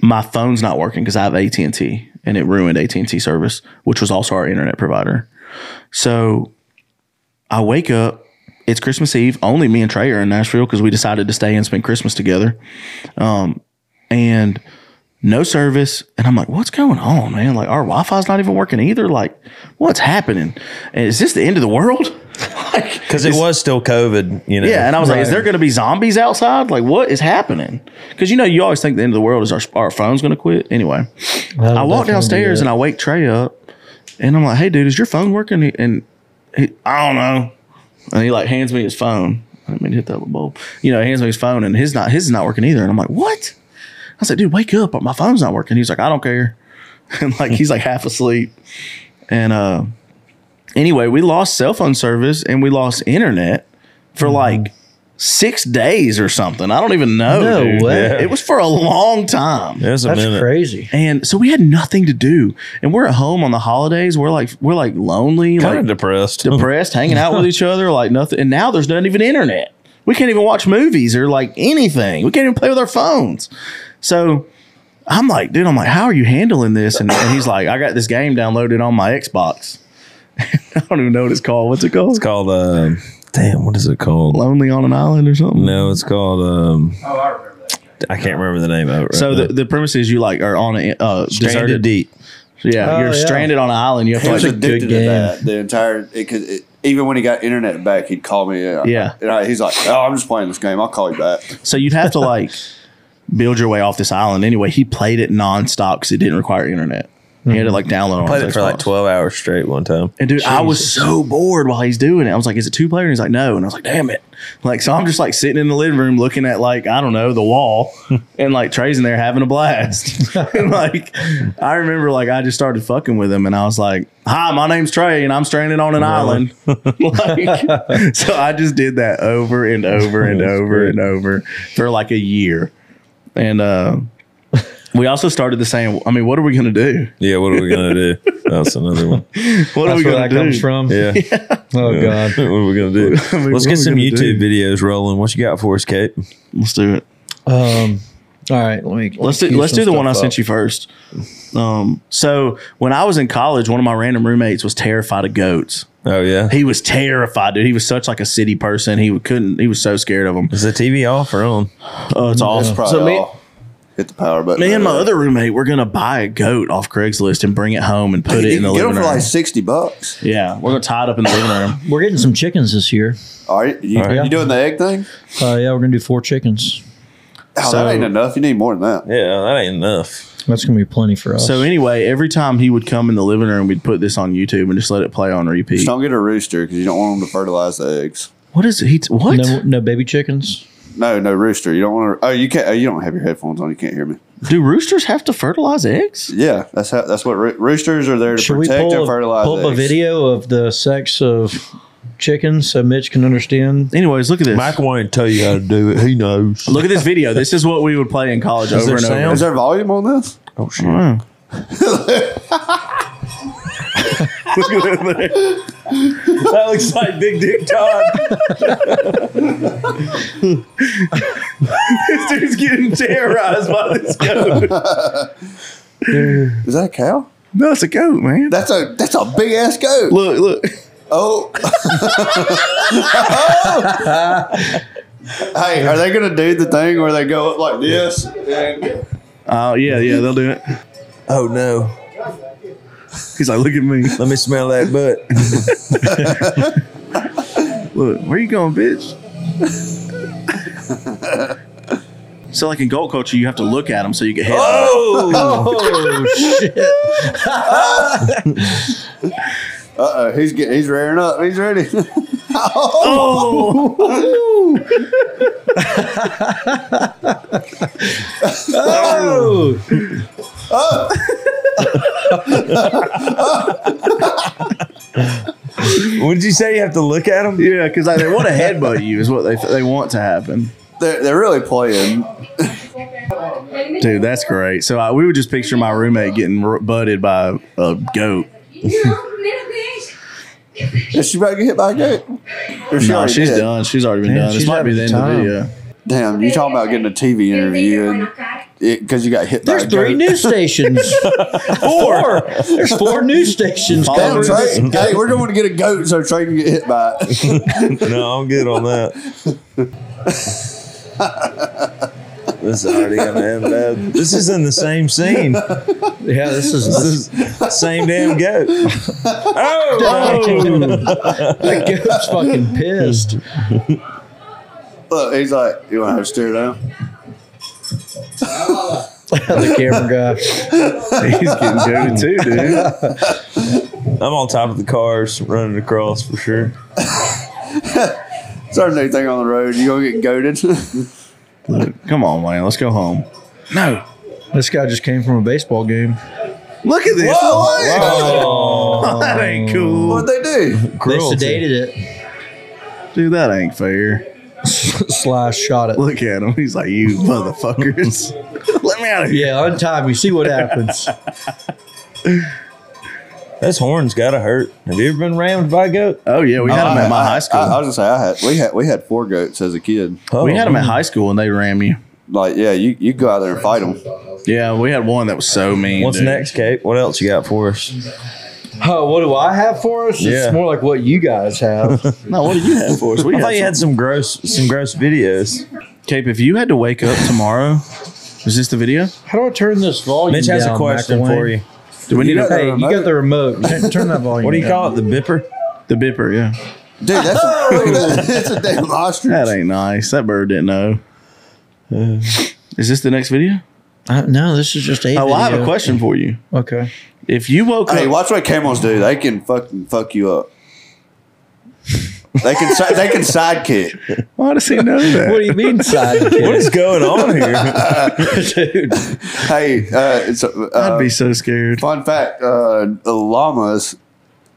S1: my phone's not working because I have AT and T, and it ruined AT and T service, which was also our internet provider. So I wake up. It's Christmas Eve. Only me and Trey are in Nashville because we decided to stay and spend Christmas together. Um, and no service. And I'm like, what's going on, man? Like our Wi-Fi's not even working either. Like, what's happening? And is this the end of the world? like,
S3: because it was still COVID. You know,
S1: yeah, and I was like, "Is there going to be zombies outside? Like, what is happening?" Because you know, you always think the end of the world is our our phone's going to quit. Anyway, I walk downstairs and I wake Trey up, and I'm like, "Hey, dude, is your phone working?" He- And he, I don't know. And he like hands me his phone. I didn't mean to hit that with a bulb. You know, he hands me his phone, and his not his is not working either. And I'm like, "What?" I said, "Dude, wake up! My phone's not working." He's like, "I don't care," and like he's like half asleep, and uh. Anyway, we lost cell phone service and we lost internet
S2: Mm-hmm.
S1: for like six days or something. I don't even know.
S2: No
S1: dude.
S2: way.
S1: It was for a long time.
S3: There's a
S2: That's
S3: minute.
S2: crazy.
S1: And so we had nothing to do. And we're at home on the holidays. We're like we're like lonely,
S3: Kind of
S1: like
S3: depressed.
S1: depressed, hanging out with each other, like nothing. And now there's not even internet. We can't even watch movies or like anything. We can't even play with our phones. So I'm like, dude, I'm like, how are you handling this? And, and he's like, I got this game downloaded on my Xbox. I don't even know what it's called. What's it called?
S3: it's called. Uh, damn, what is it called?
S1: Lonely on an Island or something.
S3: No, it's called. Um, oh, I remember that. I can't remember the name of it. Right
S1: So
S3: now.
S1: the, the premise is you like are on a uh,
S3: Stranded
S1: deserted
S3: Deep.
S1: So, yeah,
S2: Oh,
S1: you're
S2: yeah.
S1: stranded on an island. You have
S4: He
S1: to
S4: was
S1: like,
S4: addicted to
S2: game.
S4: that the entire because even when he got internet back, he'd call me. uh,
S1: Yeah.
S4: and I, he's like, "Oh, I'm just playing this game. I'll call you back."
S1: so you'd have to like build your way off this island. Anyway, he played it nonstop because it didn't require internet. He had to like download on
S3: Played
S1: his
S3: it for like
S1: Xbox.
S3: twelve hours straight one time.
S1: And dude, I was so bored while he's doing it. I was like, "Is it two player?" And he's like, "No." And I was like, "Damn it!" Like, so I'm just like sitting in the living room looking at like I don't know the wall, and like Trey's in there having a blast. and like, I remember like I just started fucking with him, and I was like, "Hi, my name's Trey, and I'm stranded on an island." like, so I just did that over and over and over and over for like a year, and uh, we also started the same. I mean, what are we gonna do?
S3: Yeah, what are we gonna do? That's another one.
S1: What are
S2: That's
S1: we
S2: where
S1: gonna
S2: that
S1: do?
S2: comes from.
S3: Yeah.
S2: Oh god.
S3: what are we gonna do?
S1: I mean,
S3: Let's
S1: what are we
S3: get some
S1: gonna do?
S3: YouTube videos rolling. What you got for us, Kate?
S1: Let's do it.
S2: Um, all right, let me
S1: Let's do,
S2: queue
S1: let's
S2: some
S1: do the one I
S2: stuff
S1: sent you first. Um, so when I was in college, one of my random roommates was terrified of goats.
S3: Oh yeah.
S1: He was terrified, dude. He was such like a city person. He couldn't. He was so scared of them.
S3: Is the TV off or on?
S1: Oh, it's all.
S4: That's probably
S1: So me,
S4: all. Hit the power button.
S1: me and my
S4: Uh,
S1: other roommate, we're gonna buy a goat off Craigslist and bring it home and put
S4: You
S1: it in
S4: can
S1: the
S4: get
S1: living
S4: them
S1: room.
S4: for like sixty bucks.
S1: yeah, we're gonna tie it up in the living room.
S2: up. We're getting some chickens this year.
S4: All right, you,
S3: right.
S4: you doing the egg thing?
S2: Uh, yeah, we're gonna do four chickens.
S4: Oh,
S1: So-
S4: that ain't enough. You need more than that.
S3: Yeah, that ain't enough.
S2: That's gonna be plenty for us.
S1: So anyway, every time he would come in the living room, we'd put this on YouTube and just let it play on repeat.
S4: Just don't get a rooster because you don't want them to fertilize the eggs.
S1: What is it? He t- what?
S2: no, no baby chickens.
S4: No, no rooster. You don't want to. Oh, you can't. Oh, you don't have your headphones on. You can't hear me.
S1: Do roosters have to fertilize eggs?
S4: Yeah, that's how. That's what roo- roosters are there to
S2: Should we
S4: protect
S2: pull,
S4: and
S2: a,
S4: fertilize.
S2: pull up a
S4: eggs.
S2: video of the sex of chickens so Mitch can understand?
S1: Anyways, look at this.
S3: Mike wanted to tell you how to do it. He knows.
S1: Look at this video. This is what we would play in college over
S3: there
S1: and
S3: sound?
S1: over.
S4: Is there volume on this?
S3: Oh shit. that looks like Big Dick Todd.
S1: this dude's getting terrorized by this goat.
S4: Is that a cow?
S1: No, it's a goat, man.
S4: That's a that's a big ass goat.
S1: Look, look.
S4: Oh. hey, are they gonna do the thing where they go up like this? And
S1: Oh, yeah, yeah, they'll do it.
S3: Oh no.
S1: He's like, look at me.
S3: Let me smell that butt.
S1: Look, where you going, bitch? so, like in goat culture, you have to look at them so you get hit.
S2: Oh shit!
S4: uh oh, he's getting he's rearing up. He's ready.
S1: Oh!
S2: Oh,
S3: Oh! What did you say? You have to look at him?
S1: yeah, because they want to headbutt you, is what they, they want to happen.
S4: they're, they're really playing.
S1: Dude, that's great. So, I, we would just picture my roommate getting r- butted by a goat.
S4: Is she about to get hit by a goat? Or she
S1: No,
S4: already
S1: she's
S4: did?
S1: done. She's already been
S2: Man,
S1: done. This
S2: she's
S1: might be
S2: having
S1: the end of the
S2: time.
S1: video.
S4: Damn, you talking about getting a TV interview and because you got hit
S2: there's
S4: by a
S2: three
S4: goat.
S2: news stations. four. There's four news stations.
S4: Damn,
S2: covering this.
S4: Trey. Hey, we're going to get a goat so Trey can get hit by it.
S3: No, I'm good on that. this is already gonna end bad. This is in the same scene.
S2: Yeah, this is
S3: This is same damn goat. Oh,
S2: the goat's fucking pissed.
S4: Look, he's like, you want to have a stare down?
S2: the camera guy.
S1: He's getting goated too, dude.
S3: I'm on top of the cars running across for sure.
S4: It's our new thing on the road. You going to get goaded?
S1: Look, come on, man. Let's go home. No.
S2: This guy just came from a baseball game.
S1: Look at this.
S4: Whoa, what?
S1: that ain't cool.
S4: What'd they do?
S3: Cruelty.
S2: They sedated
S1: Dude, that ain't fair.
S2: it. Slash shot it.
S1: Look at him. He's like, you motherfuckers. Let me out of here.
S2: Yeah, on time. We see what happens.
S3: This horn's gotta hurt. Have you ever been rammed by a goat?
S1: Oh, yeah. We had him at my high school.
S4: I, I was gonna say I had we had we had four goats as a kid.
S1: we had him at
S3: man.
S1: high school and they ram you.
S4: Like yeah, you you go out there and fight them.
S1: Yeah, we had one that was so mean.
S3: What's
S1: dude.
S3: next, Kate? What else you got for us?
S2: Oh, what do I have for us?
S3: Yeah.
S2: It's more like what you guys have.
S1: No, what did you have for us? We
S3: I thought
S1: had
S3: you
S1: some-
S3: had some gross, some gross videos.
S1: Cape, if you had to wake up tomorrow, is this the video?
S2: How do I turn this volume
S3: Mitch has a
S2: down,
S3: question
S2: McElwain?
S3: for you.
S1: Do we need
S4: know
S1: a,
S4: that-
S2: Hey, you got the remote. Turn- Turn that volume.
S3: What do you
S2: down.
S3: call it? The bipper?
S1: the bipper? Yeah,
S4: Dude, that's a, Oh, look at that. That's a damn ostrich.
S1: that ain't nice. That bird didn't know. Is this the next video?
S2: Uh, no, this is just a.
S1: Oh, well, I have a
S2: video.
S1: question for you.
S2: Okay.
S1: If you woke
S4: Hey,
S1: up,
S4: watch what camels do. They can fucking fuck you up. They can si- they can sidekick.
S1: why does he know that?
S2: What do you mean
S3: What
S2: sidekick,
S3: is going on here?
S2: dude?
S4: Hey, uh, it's a
S1: I'd
S4: uh,
S1: be so scared.
S4: fun fact. Uh, llamas,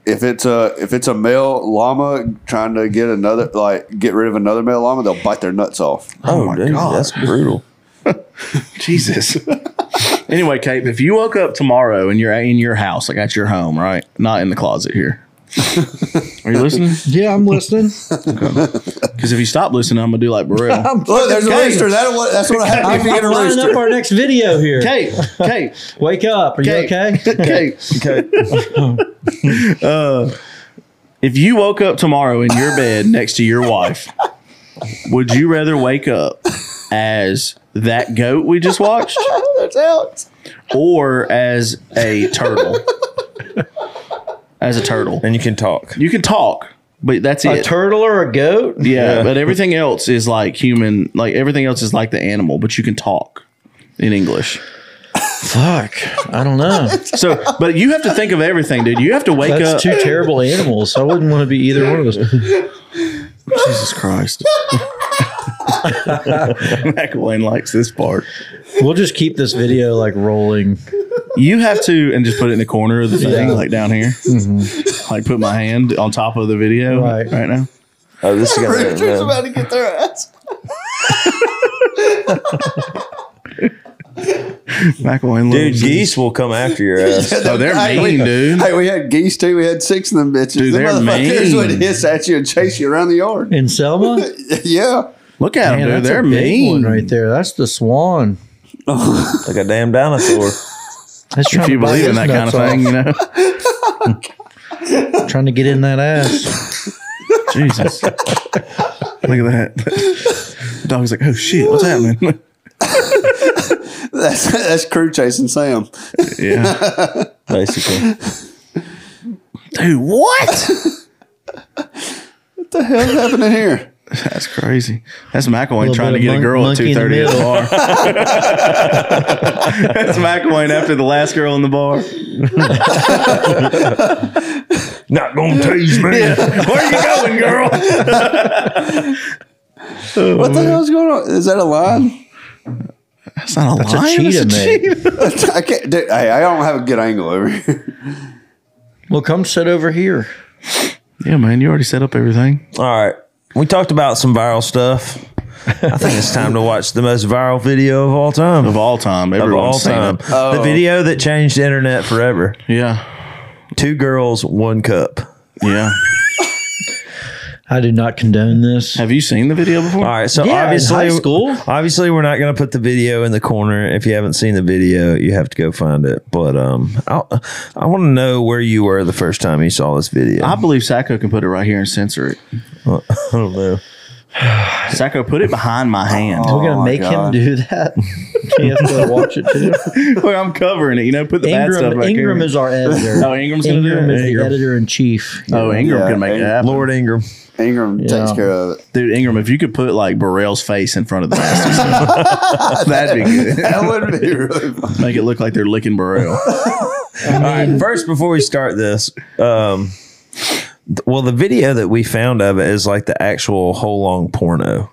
S4: if it's a if it's a male llama trying to get another like get rid of another male llama, they'll bite their nuts off.
S3: Oh, dude, that's brutal.
S1: Jesus. anyway, Kate, if you woke up tomorrow and you're in your house, like at your home, right? Not in the closet here. Are you listening?
S2: Yeah, I'm listening.
S1: Because if you stop listening, I'm gonna do like
S2: Oh.
S1: Burrell.
S4: Look, there's a rooster. That what that's what I have
S2: I'm,
S4: to get
S2: I'm
S4: a
S2: lining up
S4: rooster.
S2: our next video here.
S1: Kate, Kate,
S2: Wake up. Are you
S1: Kate,
S2: okay?
S1: Kate.
S3: Okay.
S1: If you woke up tomorrow in your bed next to your wife, would you rather wake up as that goat we just watched,
S4: That's out.
S1: or as a turtle? As a turtle,
S3: And you can talk.
S1: you can talk, but that's
S2: A
S1: it.
S2: turtle or a goat?
S1: Yeah, but everything else is like human. Like everything else is like the animal, but you can talk in English.
S2: Fuck. I don't know.
S1: So, but you have to think of everything, dude. You have to wake
S2: That's
S1: up.
S2: two terrible animals. I wouldn't want to be either one of those.
S1: Jesus Christ. McElwain likes this part.
S2: We'll just keep this video like rolling.
S1: You have to, and just put it in the corner of the thing, like down here. Like put my hand on top of the video
S2: Mm-hmm. Right.
S1: right, now.
S3: Oh, this is gonna
S4: Rooster's about to get their ass.
S1: McElwain,
S3: Dude,
S1: loves
S3: geese will come after your ass.
S1: Oh, they're mean,
S4: we,
S1: dude.
S4: Hey, we had geese too. We had six of them bitches.
S1: Dude,
S4: Them
S1: they're
S4: motherfuckers
S1: mean.
S4: would hiss at you and chase you around the yard.
S2: In Selma?
S4: yeah.
S1: Look at
S2: Man,
S1: them, dude.
S2: that's
S1: They're
S2: a big
S1: mean.
S2: one right there. That's the swan.
S3: Like a damn dinosaur.
S2: That's trying
S1: If you
S2: to bite
S1: believe in
S2: his
S1: that kind
S2: nuts
S1: of thing, you know.
S2: off, Trying to get in that ass.
S1: Jesus. Look at that. The dog's like, oh shit, what's happening?
S4: That's that's crew chasing Sam.
S1: yeah.
S3: Basically.
S1: Dude, what?
S4: What the hell's happening here?
S1: That's crazy. That's McElwain
S2: Little
S1: trying to
S2: bit of
S1: get
S2: mon-
S1: a girl at
S2: monkey in the
S1: 2.30 at the
S2: middle.
S1: bar. That's McElwain after the last girl in the bar.
S3: Not gonna tease me.
S1: Where you going, girl?
S4: What the hell's going on? Is that a line?
S1: That's not a
S2: a
S1: lion. That's
S2: cheetah,
S1: a
S2: mate.
S1: cheetah.
S4: I can't. Dude, hey, I don't have a good angle over here.
S2: Well, come sit over here.
S1: Yeah, man, you already set up everything.
S3: All right. We talked about some viral stuff. I think it's time to watch the most viral video of all time.
S1: Of all time,
S3: Of all
S1: everyone's seen
S3: time.
S1: it.
S3: The video that changed the internet forever.
S1: Yeah,
S3: Two girls, one cup.
S1: yeah.
S2: I do not condone this.
S1: Have you seen the video before?
S3: All right, so
S2: Yeah, in
S3: obviously,
S2: high school.
S3: obviously, we're not going to put the video in the corner. If you haven't seen the video, you have to go find it. But um, I'll, I want to know where you were the first time you saw this video.
S1: I believe Sacco can put it right here and censor it.
S3: I don't know.
S1: Sacco, put it behind my hand.
S2: We're
S4: Oh,
S2: gonna
S4: my
S2: make
S4: God.
S2: him do that. you have to watch it too.
S1: Where I'm covering it, you know, put the bad stuff
S2: Ingram,
S1: back
S2: Ingram
S1: here.
S2: is our editor.
S1: Oh, Ingram's gonna do
S2: Ingram
S1: it?
S2: is the
S1: Ingram.
S2: editor in chief.
S1: Oh, Ingram
S4: Yeah,
S1: can make it
S4: Ing-
S1: happen.
S3: Lord Ingram.
S4: Ingram takes
S2: Yeah.
S4: care of it.
S1: Dude, Ingram, if you could put like Burrell's face in front of the bastards, that'd be good.
S4: That would be really fun.
S1: Make it look like they're licking Burrell.
S3: All right, first before we start this, um, th- well, the video that we found of it is like the actual whole long porno,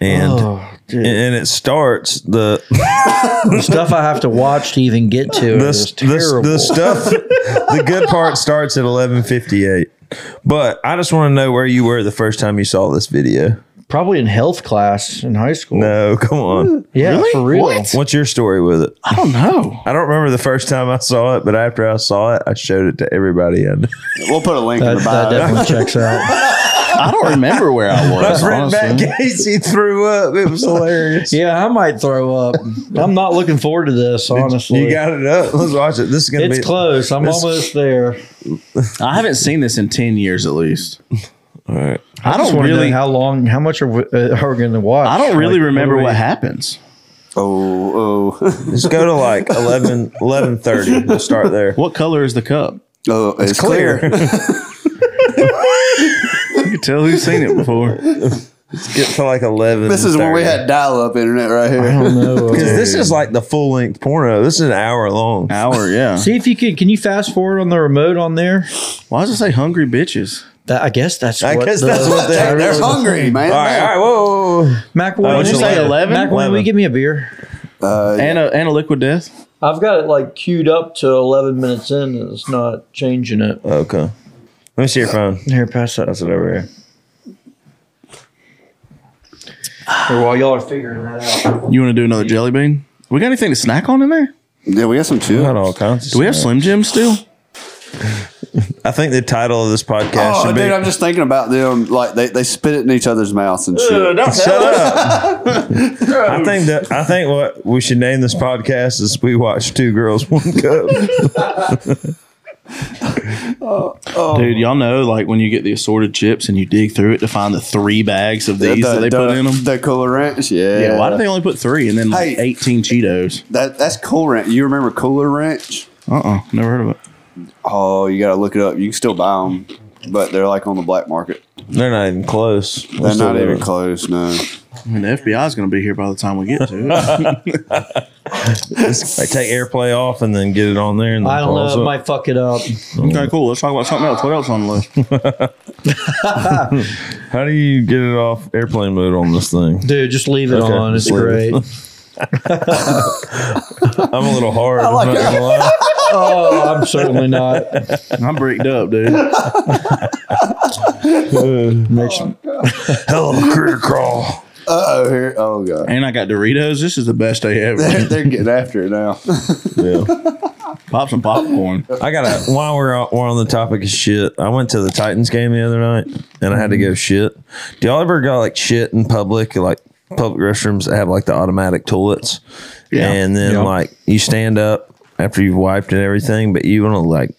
S3: and
S2: Oh,
S3: and it starts the
S2: stuff I have to watch to even get to.
S3: the,
S2: it is
S3: s- the, s-
S2: terrible.
S3: the stuff the good part starts at 11:58 but i just want to know where you were the first time you saw this video
S2: Probably in health class in high school.
S3: no come on
S2: Yeah, for real.
S3: what's your story with it
S1: I don't know.
S3: i don't remember the first time i saw it but after i saw it i showed it to everybody and
S4: We'll put a link in
S2: That,
S4: the
S2: that
S4: bio.
S2: definitely checks out.
S1: I don't remember where I was. honestly.
S3: casey threw up it was hilarious
S2: Yeah, I might throw up. I'm not looking forward to this, honestly.
S3: you got it up let's watch it this is gonna
S2: it's
S3: be
S2: close. I'm
S3: this-
S2: almost there.
S1: I haven't seen this in 10 years at least.
S3: all right
S1: I,
S2: Just
S1: don't
S2: wanna know
S1: really
S2: how long, how much are we, uh, are we going to watch?
S1: I don't really
S2: Like,
S1: remember
S2: do
S1: what
S2: we-
S1: happens.
S4: Oh, oh, no.
S3: Just go to like 11, 11.30. We'll start there.
S1: What color is the cup?
S4: oh, it's, clear.
S1: You can tell who's seen it before.
S3: Let's get to like 11.
S4: This is when we had dial-up internet right here.
S2: uh,
S3: Because this is like the full length porno. This is an hour long.
S1: Hour, yeah.
S2: See if you can. Can you fast forward on the remote on there?
S1: Why does it say hungry bitches?
S2: That, I guess that's.
S3: I
S2: what
S3: guess that's what they-
S4: They're hungry, man.
S3: All right, all right, whoa, whoa, whoa.
S2: Mac, when
S3: what'd
S2: you
S3: you say,
S2: say
S1: 11?
S2: Mac, when will you
S3: 11.
S2: give me a beer?
S4: Uh,
S1: And a, and a liquid death?
S2: I've got it like queued up to eleven minutes in, and it's not changing it.
S3: Okay. Let me see your phone.
S2: Here, pass that.
S3: That's it over here.
S2: Here, while y'all are figuring that out.
S1: You want to do another jelly bean? We got anything to snack on in there?
S4: yeah, we got some too.
S3: Not all kinds. of
S1: Do we have
S3: stuff.
S1: Slim Jim still?
S3: I think the title of this podcast
S4: Oh,
S3: should
S4: dude,
S3: be.
S4: I'm just thinking about them. Like they, they spit it in each other's mouths and shit.
S3: Shut up. I think that I think what we should name this podcast is we watch two girls one cup.
S1: Dude, y'all know like when you get the assorted chips and you dig through it to find the three bags of these that they put in them.
S4: The Cool Ranch, yeah.
S1: Yeah, why do they only put three and then like
S4: Hey.
S1: 18 Cheetos?
S4: That that's Cool Ranch. You remember Cooler Ranch?
S1: Uh uh never heard of it.
S4: Oh, you gotta look it up. You can still buy them, but they're like on the black market.
S3: They're not even close.
S4: They're not even close. No,
S1: I mean, the FBI is going to be here by the time we get to it.
S3: They take airplay off and then get it on there. And then
S2: I don't
S3: pause
S2: know. It
S3: up.
S2: might fuck it up.
S1: okay, cool. Let's talk about something else. What else on the list?
S3: How do you get it off airplane mode on this thing?
S2: Dude, just leave it
S3: Okay,
S2: on. It's
S3: just leave
S2: great.
S3: I'm a little hard. I'm not gonna lie.
S2: oh, I'm certainly not.
S1: I'm bricked up, dude.
S3: Oh.
S2: Makes-
S3: Hell of a critter crawl.
S4: oh here, oh god,
S1: And I got Doritos. This is the best day
S4: they're,
S1: ever.
S4: they're getting after it now.
S3: Yeah.
S1: Pop some popcorn.
S3: I gotta. While we're on, we're on the topic of shit, I went to the Titans game the other night and I had to go shit. Do y'all ever go like shit in public, like public restrooms that have like the automatic toilets?
S1: Yeah.
S3: And then
S2: Yeah.
S3: like you stand up after you've wiped and everything, but you want to like,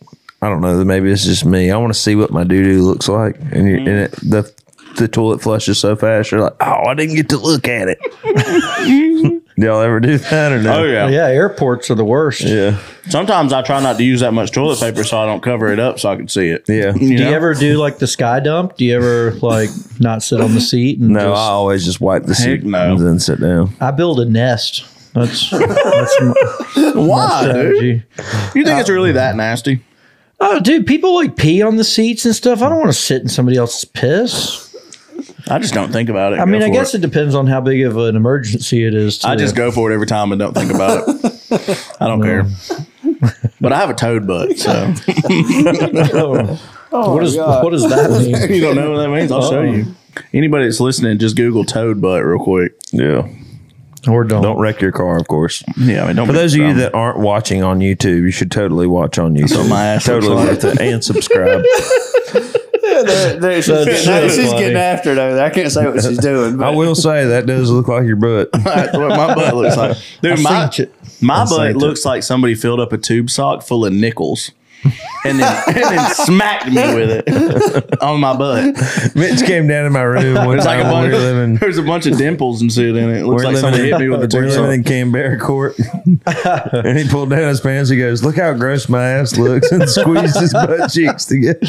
S3: I don't know, maybe it's just me. I want to see what my doo doo looks like, and you and it, the the toilet flushes so fast. You're like, oh, I didn't get to look at it. Do y'all ever do that or no?
S1: Oh, yeah.
S2: yeah, airports are the worst.
S3: Yeah.
S1: Sometimes I try not to use that much toilet paper so I don't cover it up so I can see it.
S3: Yeah.
S1: You
S2: Do
S1: know?
S2: you ever do like the sky dump? Do you ever like not sit on the seat? And
S3: No, I
S2: just-
S3: always just wipe the
S1: Heck
S3: seat
S1: no.
S3: and then sit down.
S2: I build a nest. That's that's my
S1: Why, dude?
S2: strategy.
S1: You think it's really that nasty?
S2: Oh, dude, people like pee on the seats and stuff. I don't want to sit in somebody else's piss.
S1: I just don't think about it.
S2: I mean, I guess it. depends on how big of an emergency it is. To
S1: I just go for it every time and don't think about it. I don't care. But I have a toad butt, so
S4: Oh,
S2: what is what does that mean?
S1: you don't know what that means. I'll
S3: Oh.
S1: show you. Anybody that's listening, just Google toad butt real quick.
S3: Yeah.
S2: or don't.
S3: Don't wreck your car, of course.
S1: Yeah, I mean, don't.
S3: For those of you that aren't watching on YouTube, you should totally watch on YouTube.
S1: my ass
S3: totally
S1: looks
S3: worth it and subscribe.
S4: They're- she's getting,
S3: so
S4: she's
S3: funny.
S4: getting after it over there. I can't say what she's doing.
S3: I
S4: But
S3: will say that does look like your butt.
S1: That's what my butt looks like, dude. My,
S2: synced it.
S1: my butt
S3: synced it.
S1: looks like somebody filled up a tube sock full of nickels, and then and then smacked me with it on my butt.
S3: Mitch came down in my room one
S1: It's like a
S3: time when
S1: bunch.
S3: we were living.
S1: There's a bunch of dimples and shit in it. it
S3: we
S1: looks
S3: We're
S1: like
S3: living,
S1: somebody hit me with a
S3: we
S1: tube
S3: were living
S1: sock.
S3: in Canberra Court, and he pulled down his pants. He goes, "Look how gross my ass looks," and squeezed his butt cheeks together.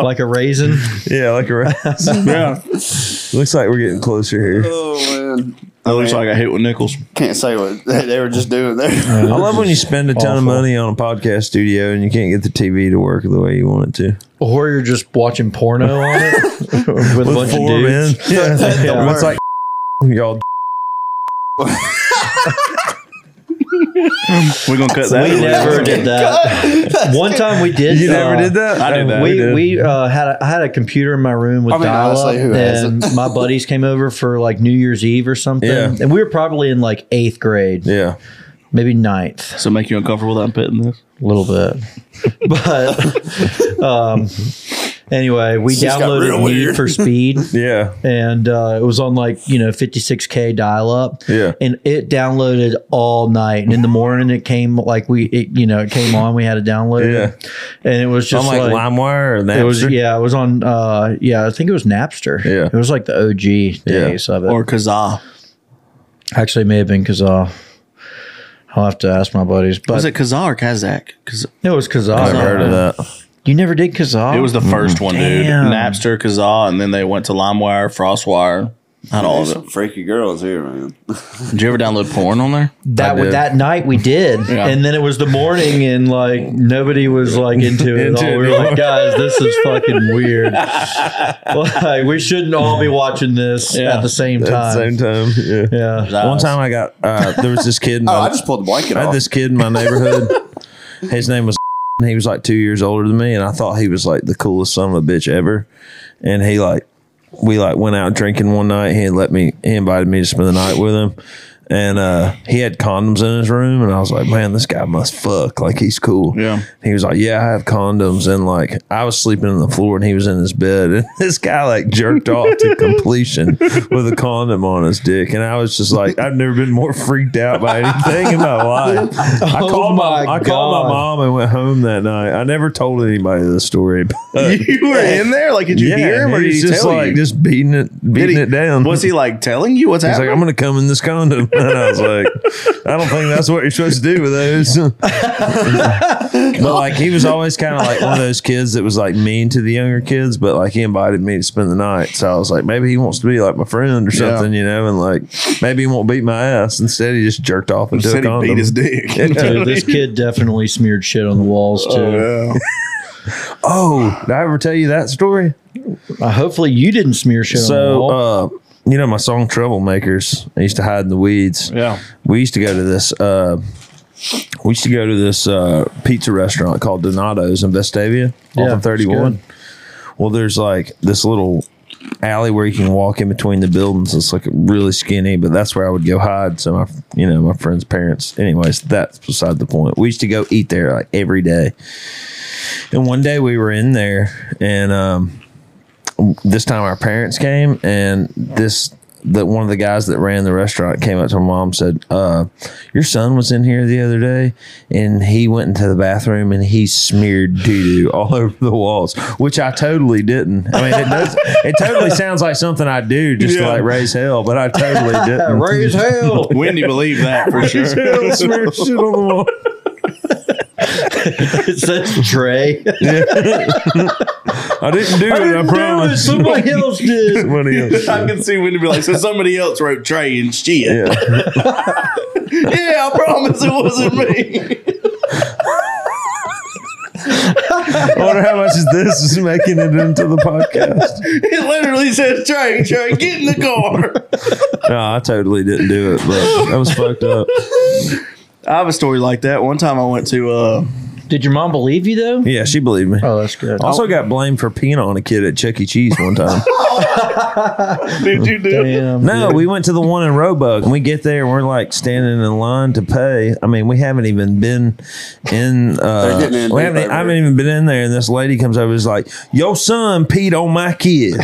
S2: like a raisin.
S3: Yeah, like a rat.
S1: Yeah,
S3: looks like we're getting closer here.
S4: oh man,
S1: it looks like I hit with nickels.
S4: can't say what they they were just doing there.
S3: I love when you spend a ton of
S2: awful.
S3: money on a podcast studio and you can't get the TV to work the way you want it to.
S2: Or you're just watching porno on it with, a bunch of
S3: Four
S2: dudes.
S3: men. Yeah.
S4: Yeah.
S3: It's like y'all.
S1: We're gonna cut that.
S2: We
S1: out.
S2: never did that. One time we did.
S3: You never
S2: uh,
S3: did that.
S1: I did that.
S3: We,
S2: We
S3: did.
S2: we uh, had a, I had a computer in my room with
S4: I mean,
S2: dial up,
S4: honestly, who
S2: and
S4: hasn't?
S2: my buddies came over for like New Year's Eve or something.
S3: Yeah.
S2: And we were probably in like eighth grade,
S3: yeah.
S2: maybe ninth,
S1: So make you uncomfortable that I'm petting this.
S2: a little bit. But um, anyway, we
S4: got
S2: downloaded
S4: real
S2: Need
S4: weird.
S2: for Speed.
S3: Yeah.
S2: and uh, it was on like you know 56k dial up
S3: Yeah.
S2: and it downloaded all night and in the morning it came like we it, you know it came on we had to download it and it was
S3: I'm
S2: just
S3: like,
S2: like,
S3: LimeWire or Napster.
S2: it was yeah it was on uh yeah i think it was napster
S3: Yeah.
S2: it was like the og days of it
S1: Or Kazaa.
S2: actually it may have been kazaa uh, I'll have to ask my buddies. But
S1: Was it Kazaa or Kazakh? Kaz-
S2: it was Kazaa.
S3: I've heard of that.
S2: You never did uh, Kazaa.
S1: It was the first one, dude.
S2: Damn.
S1: Napster, Kazaa, and then they went to LimeWire, FrostWire. Not all of
S4: Some freaky girls here, man.
S1: it. Did you ever download porn on there?
S2: that
S3: I did.
S2: that night we did,
S1: Yeah.
S2: and then it was the morning, and like nobody was like into it. at all.
S1: Into it
S2: We were
S1: anymore.
S2: like, guys, this is fucking weird. like we shouldn't all be watching this at the same
S3: At the
S2: time.
S3: same time, yeah.
S2: yeah.
S3: One time I got uh, there was this kid. In
S4: Oh,
S3: my-
S4: I just pulled the blanket
S3: I
S4: off.
S3: had this kid in my neighborhood. His name was. and He was like two years older than me, and I thought he was like the coolest son of a bitch ever. And he like, we like went out drinking one night. He had let me. He invited me to spend the night with him, and uh, he had condoms in his room. And I was like, man, this guy must fuck. Like he's cool.
S1: Yeah.
S3: He was like, yeah, I have condoms, and like I was sleeping on the floor, and he was in his bed, and this guy like jerked off to completion with a condom on his dick, and I was just like, I've never been more freaked out by anything in my life. I
S2: Oh
S3: called my,
S2: my
S3: I called
S2: God.
S3: my mom and went home that night. I never told anybody the story. But
S1: You were in there? Like, did you hear him or did
S3: he's
S1: he
S3: just
S1: tell
S3: like
S1: you?
S3: just beating it,
S1: Did
S3: beating
S1: he-
S3: it down?
S1: Was he like telling you what's
S3: He's like,
S1: happening?
S3: I'm gonna come in this condom, and I was like, I don't think that's what you're supposed to do with those. but like, he was always kind of like one of those kids that was like mean to the younger kids, but like he invited me to spend the night, so I was like, maybe he wants to be like my friend or
S1: Yeah.
S3: something, you know, and like maybe he won't beat my ass. Instead, he just jerked off into a
S1: Said he
S3: condom.
S1: beat his dick.
S2: Dude, this kid definitely smeared shit on the walls too.
S3: oh, did I ever tell you that story?
S2: Uh, hopefully, you didn't smear shit on the
S3: So,
S2: wall.
S3: uh, you know, my song Troublemakers, I used to hide in the weeds.
S1: Yeah.
S3: We used to go to this, uh, we used to go to this uh, pizza restaurant called Donato's in Vestavia off
S2: Yeah,
S3: of
S2: it's
S3: 31.
S2: good.
S3: Well, there's like this little alley where you can walk in between the buildings. It's like really skinny, but that's where I would go hide. So my, you know, my friend's parents. Anyways, that's beside the point. We used to go eat there like every day. And one day we were in there, and um, this time our parents came, and this that one of the guys that ran the restaurant came up to my mom and said, uh, "Your son was in here the other day, and he went into the bathroom and he smeared doo doo all over the walls, which I totally didn't. I mean, it does. it totally sounds like something I do just to
S1: Yeah.
S3: like raise hell, but I totally didn't.
S2: Raise hell.
S1: When do you believe that for sure?
S3: Hell smeared shit on the wall.
S2: it says Trey.
S3: I didn't do it. I, promise.
S2: Somebody else did.
S3: One of you.
S1: I can see when to be like, so somebody else wrote Trey and shit.
S3: Yeah.
S1: yeah, I promise it wasn't me.
S3: I wonder how much of this is making it into the podcast.
S1: It literally says Trey, Trey, get in the car.
S3: No, I totally didn't do it, but I was fucked up.
S1: I have a story like that. One time I went to uh
S2: Did your mom believe you though?
S3: Yeah, she believed me.
S2: Oh, that's good.
S3: Also got blamed for peeing on a kid at Chuck E. Cheese one time.
S1: did you do
S2: Damn.
S3: No, we went to the one in Roebuck and we get there and we're like standing in line to pay. I mean, we haven't even been in uh
S4: They're getting in
S3: we
S4: deep
S3: haven't,
S4: over
S3: I haven't
S4: here.
S3: even been in there and this lady comes over and is like, Your son peed on my kid.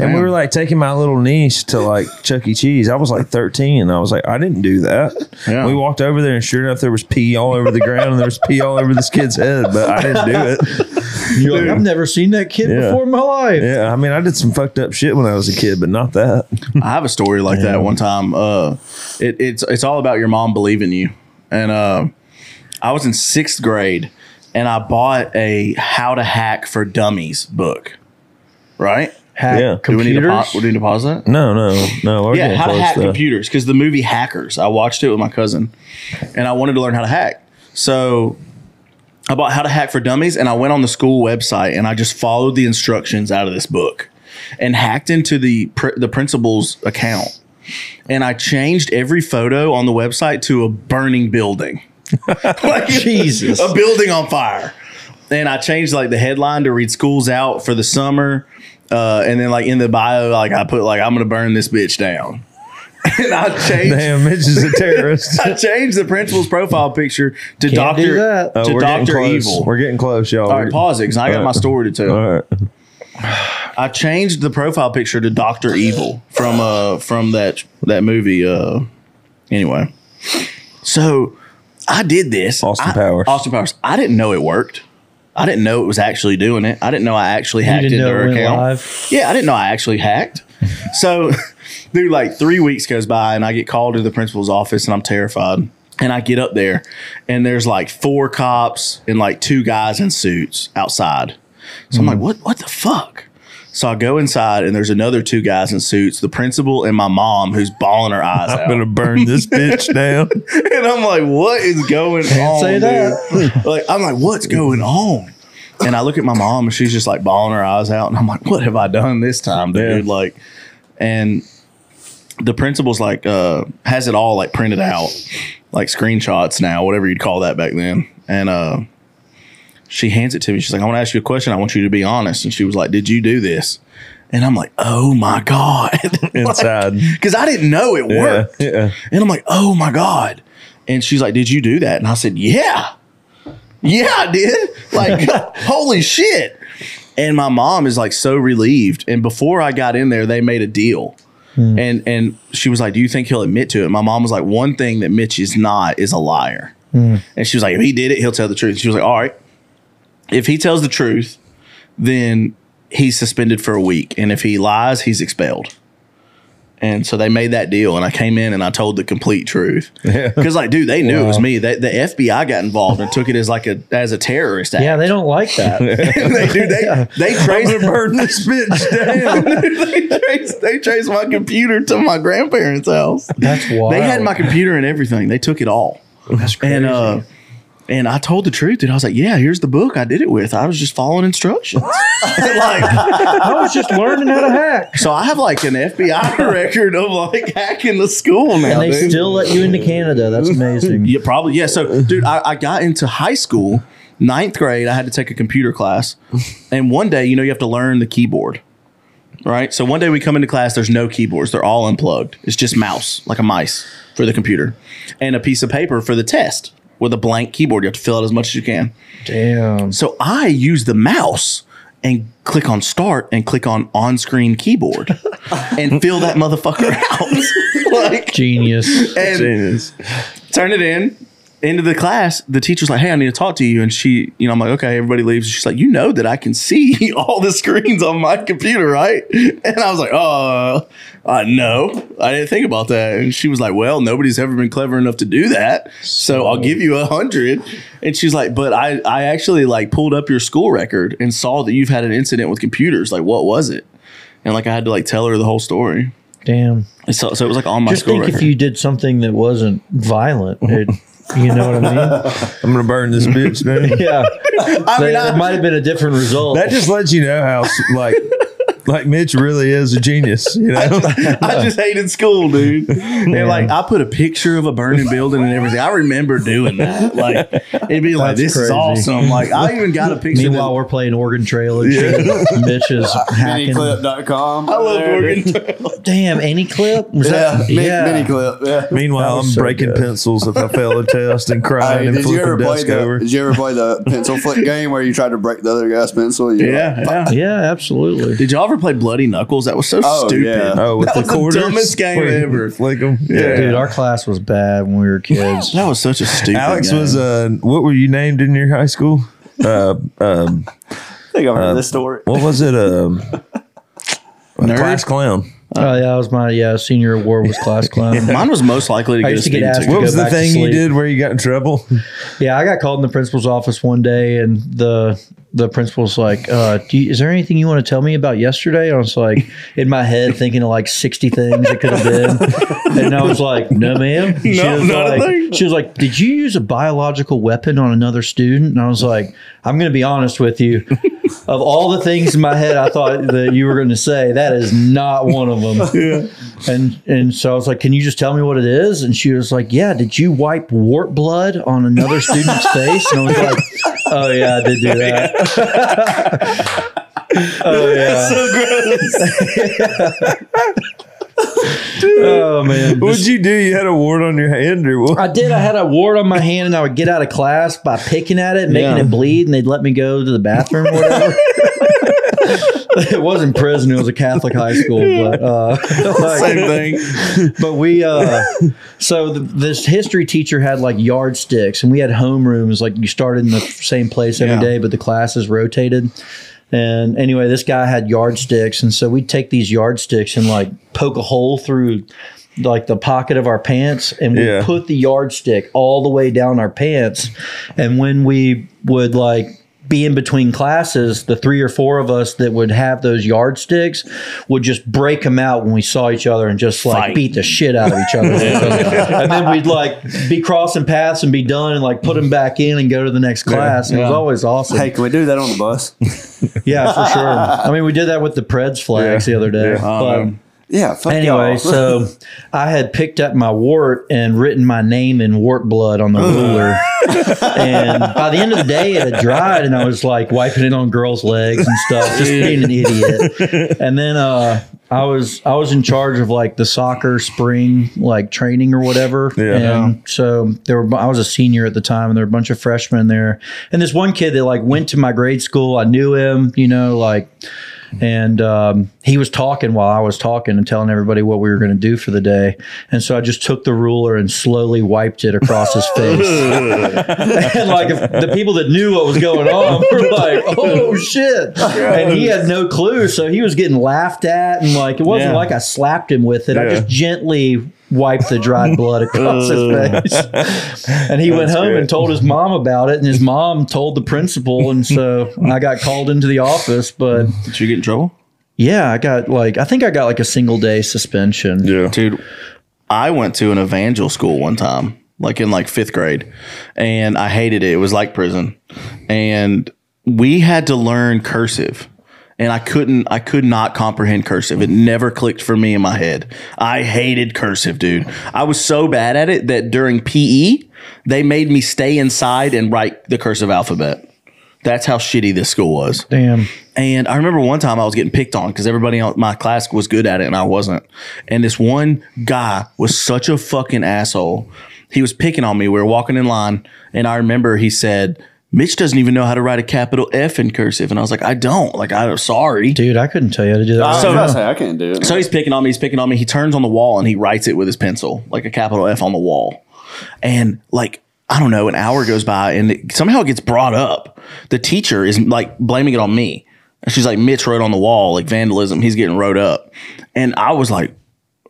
S3: and we were like taking my little niece to like Chuck E. Cheese. I was like thirteen and I was like, I didn't do that.
S1: Yeah.
S3: We walked over there and sure enough there was pee all over the ground and there was pee all over this kid's head, but I didn't do it.
S2: You're like, I've never seen that kid
S3: Yeah.
S2: before in my life.
S3: Yeah, I mean, I did some fucked up shit when I was a kid, but not that.
S1: I have a story like that one time. Uh, it, it's it's all about your mom believing you. And uh, I was in sixth grade, and I bought a How to Hack for Dummies book. Right?
S2: Hack
S3: Yeah.
S1: Do we need to
S2: computers.
S1: pause? We need to pause that.
S3: No, no, no. We're
S1: Yeah,
S3: getting
S1: how to
S3: close
S1: hack
S3: though.
S1: computers because the movie Hackers. I watched it with my cousin, and I wanted to learn how to hack. So I bought How to Hack for Dummies, and I went on the school website and I just followed the instructions out of this book, and hacked into the pr- the principal's account, and I changed every photo on the website to a burning building, like
S2: Jesus.
S1: a building on fire. And I changed like the headline to read "Schools Out for the Summer." Uh, and then like in the bio, like I put like I'm gonna burn this bitch down. and I changed
S3: Damn, Mitch is a terrorist.
S1: I changed the principal's profile picture to
S2: Can't do
S1: Doctor
S2: that.
S1: to
S3: Oh, we're getting
S1: Doctor
S3: close.
S1: Evil.
S3: We're getting close, y'all.
S1: All right, pause it because I got
S3: All
S1: my
S3: right.
S1: story to tell.
S3: All right.
S1: I changed the profile picture to Doctor Evil from uh from that that movie. Uh, anyway, so I did this.
S3: Austin
S1: I-
S3: Powers.
S1: Austin Powers. I didn't know it worked. I didn't know it was actually doing it. I didn't know I actually
S2: You
S1: hacked
S2: didn't
S1: into
S2: know
S1: her
S2: it went
S1: account.
S2: live.
S1: Yeah, I didn't know I actually hacked. So, dude, like three weeks goes by and I get called to the principal's office and I'm terrified. And I get up there, and there's like four cops and like two guys in suits outside. So I'm like, what? What the fuck? So I go inside, and there's another two guys in suits, the principal and my mom, who's bawling her eyes out.
S3: I'm gonna burn this bitch down.
S1: And I'm like, what is going on?
S2: say
S1: dude? like, I'm like, what's going on? And I look at my mom and she's just like bawling her eyes out. And I'm like, what have I done this time, dude? Like, and the principal's like, uh, has it all like printed out, like screenshots now, whatever you'd call that back then. And, uh, she hands it to me. She's like, I want to ask you a question. I want you to be honest. And she was like, Did you do this? And I'm like, Oh my God.
S3: Inside.
S1: Because I didn't know it
S3: Yeah,
S1: worked.
S3: yeah.
S1: And I'm like, oh my God. And she's like, did you do that? And I said, yeah. Yeah, I did. Like, holy shit. And my mom is like so relieved. And before I got in there, they made a deal. And and she was like, Do you think he'll admit to it? My mom was like, One thing that Mitch is not is a liar. And she was like, If he did it, he'll tell the truth. She was like, All right. If he tells the truth, then he's suspended for a week. And if he lies, he's expelled. And so they made that deal, and I came in and I told the complete truth. Because, like, dude, they knew it was me. They, the FBI got involved and took it as like a as a terrorist act.
S2: Yeah, they don't like that.
S1: they do. They they traced burn this bitch down. they traced they traced my computer to my grandparents' house.
S2: That's wild.
S1: They had my computer and everything. They took it all. That's crazy. And uh, and I told the truth, and I was like, "Yeah, here's the book I did it with. I was just following instructions." like,
S5: I was just learning how to hack.
S1: so I have like an FBI record of like hacking the school now.
S2: and they
S1: dude.
S2: still let you into Canada. That's amazing.
S1: Yeah, probably. Yeah. So, dude, I, I got into high school, ninth grade. I had to take a computer class. And one day, you know, you have to learn the keyboard, right? So, one day we come into class, there's no keyboards. They're all unplugged. It's just mouse, like a mice for the computer, and a piece of paper for the test with a blank keyboard. You have to fill out as much as you can.
S2: Damn.
S1: So, I use the mouse. And click on start and click on on screen keyboard and fill that motherfucker out. like,
S2: Genius.
S1: and turn it in into the class the teacher's like hey i need to talk to you and she you know i'm like okay everybody leaves she's like you know that i can see all the screens on my computer right and i was like oh i know i didn't think about that and she was like well nobody's ever been clever enough to do that so i'll give you a hundred and she's like but i i actually like pulled up your school record and saw that you've had an incident with computers like what was it and like i had to like tell her the whole story
S2: Damn.
S1: And so, so it was like on my
S2: Just
S1: school
S2: think
S1: record. Mhm.
S2: if you did something that wasn't violent. It, you know what I mean?
S3: I'm gonna burn this bitch down.
S2: Yeah.
S1: I
S2: They-
S1: mean, I-
S2: it might have been a different result.
S3: That just lets you know how like like Mitch really is a genius. You know,
S1: I just hated school, dude. And like, I put a picture of a burning building and everything. I remember doing that. Like, it'd be like,
S2: That's
S1: this is
S2: crazy.
S1: awesome. Like, I even got a picture.
S2: Meanwhile,
S1: that-
S2: we're playing Oregon Trail and shit. Mitch is hacking.
S4: Miniclip.com.
S1: I love Oregon.
S2: Damn, any clip? Was
S4: Yeah,
S2: that?
S4: mi-
S2: yeah.
S4: miniclip. Yeah.
S3: meanwhile, I'm
S2: so
S3: breaking
S2: good.
S3: pencils if I fail a test and crying
S4: Hey,
S3: and
S4: did you ever
S3: flipping
S4: play
S3: desk
S4: the
S3: over.
S4: Did you ever play the pencil flip game where you tried to break the other guy's pencil? You
S1: yeah, yeah.
S2: Yeah, absolutely.
S1: Did y'all ever play Bloody Knuckles? That was so
S4: Oh,
S1: stupid.
S4: yeah.
S3: Oh, with
S1: That
S3: the
S1: was the
S3: quarters,
S1: dumbest game
S3: Where you
S1: ever.
S3: Flick 'em?
S1: Yeah.
S2: Dude, our class was bad when we were kids.
S1: That was such a stupid.
S3: Alex
S1: game.
S3: was uh, what were you named in your high school? Uh, um,
S4: I think I've heard
S2: Uh,
S4: this story.
S3: what was it? Um, class clown.
S2: Oh, yeah, that was my yeah senior award was class clown.
S1: Mine was most likely to get
S2: I
S1: a
S2: used to get
S1: speeding
S2: asked
S1: ticket.
S3: What
S2: go
S3: was the
S2: back to
S3: thing you
S2: sleep.
S3: did where you got in trouble?
S2: Yeah, I got called in the principal's office one day, and the the principal's like, uh, do you, "Is there anything you want to tell me about yesterday?" And I was like, in my head, thinking of like sixty things it could have been, and I was like, "No, ma'am." And
S1: No,
S2: was
S1: not a
S2: like,
S1: thing.
S2: She was like, "Did you use a biological weapon on another student?" And I was like, "I'm going to be honest with you." Of all the things in my head, I thought that you were going to say that is not one of them. And and so I was like, "Can you just tell me what it is?" And she was like, "Yeah, did you wipe wart blood on another student's face?" And I was like, "Oh yeah, I did do that." oh yeah.
S1: so gross.
S2: Oh man.
S3: What'd you do? You had a wart on your hand or what?
S2: I did. I had a wart on my hand, and I would get out of class by picking at it, making
S1: Yeah.
S2: it bleed, and they'd let me go to the bathroom or whatever. it wasn't prison; it was a Catholic high school. But uh, like-
S1: Same thing.
S2: but we uh so the, this history teacher had like yardsticks and we had homerooms like you started in the same place every
S1: Yeah.
S2: day but the classes rotated and anyway this guy had yardsticks and so we'd take these yardsticks and like poke a hole through like the pocket of our pants and we
S3: Yeah.
S2: put the yardstick all the way down our pants. And when we would like be in between classes, the three or four of us that would have those yardsticks would just break them out when we saw each other and just like
S1: Fight.
S2: beat the shit out of each other. and then we'd like be crossing paths and be done and like put them back in and go to the next class. It was always awesome.
S4: Hey, can we do that on the bus?
S2: Yeah, for sure. I mean, we did that with the Preds flags the other day. But
S4: Yeah. Fuck
S2: anyway,
S4: y'all.
S2: so I had picked up my wart and written my name in wart blood on the ruler. and by the end of the day, it had dried, and I was like wiping it on girls' legs and stuff, just being an idiot. And then uh, I was I was in charge of like the soccer spring like training or whatever.
S3: Yeah.
S2: And so there were I was a senior at the time, and there were a bunch of freshmen there. And this one kid that like went to my grade school, I knew him, you know, like and um, he was talking while I was talking and telling everybody what we were going to do for the day. And so I just took the ruler and slowly wiped it across his face. and like if the people that knew what was going on were like, "Oh shit!" And he had no clue, so he was getting laughed at, and like it wasn't
S1: Yeah.
S2: like I slapped him with it. I
S3: Yeah.
S2: just gently wiped the dried blood across his face. And he went home and told his mom about it, and his mom told the principal, and so I got called into the office, but.
S1: Did you get in trouble?
S2: Yeah, I got like I think I got like a single day suspension.
S3: Yeah.
S1: dude i went to an evangel school one time like in like fifth grade and i hated it it was like prison and we had to learn cursive and i couldn't i could not comprehend cursive it never clicked for me in my head i hated cursive dude i was so bad at it that during pe they made me stay inside and write the cursive alphabet that's how shitty this school was
S2: Damn.
S1: and I remember one time I was getting picked on because everybody in my class was good at it and I wasn't. And this one guy was such a fucking asshole. He was picking on me. We were walking in line, and I remember he said, Mitch doesn't even know how to write a capital F in cursive. And I was like, I don't. Like, I'm sorry.
S2: Dude, I couldn't tell you how to do that.
S4: I was about to say, I can't do it.
S1: So he's picking on me. He's picking on me. He turns on the wall and he writes it with his pencil, like a capital F on the wall. And like, I don't know, an hour goes by and it, somehow it gets brought up. The teacher is like blaming it on me. And she's like, Mitch wrote on the wall, like vandalism. He's getting wrote up. And I was like,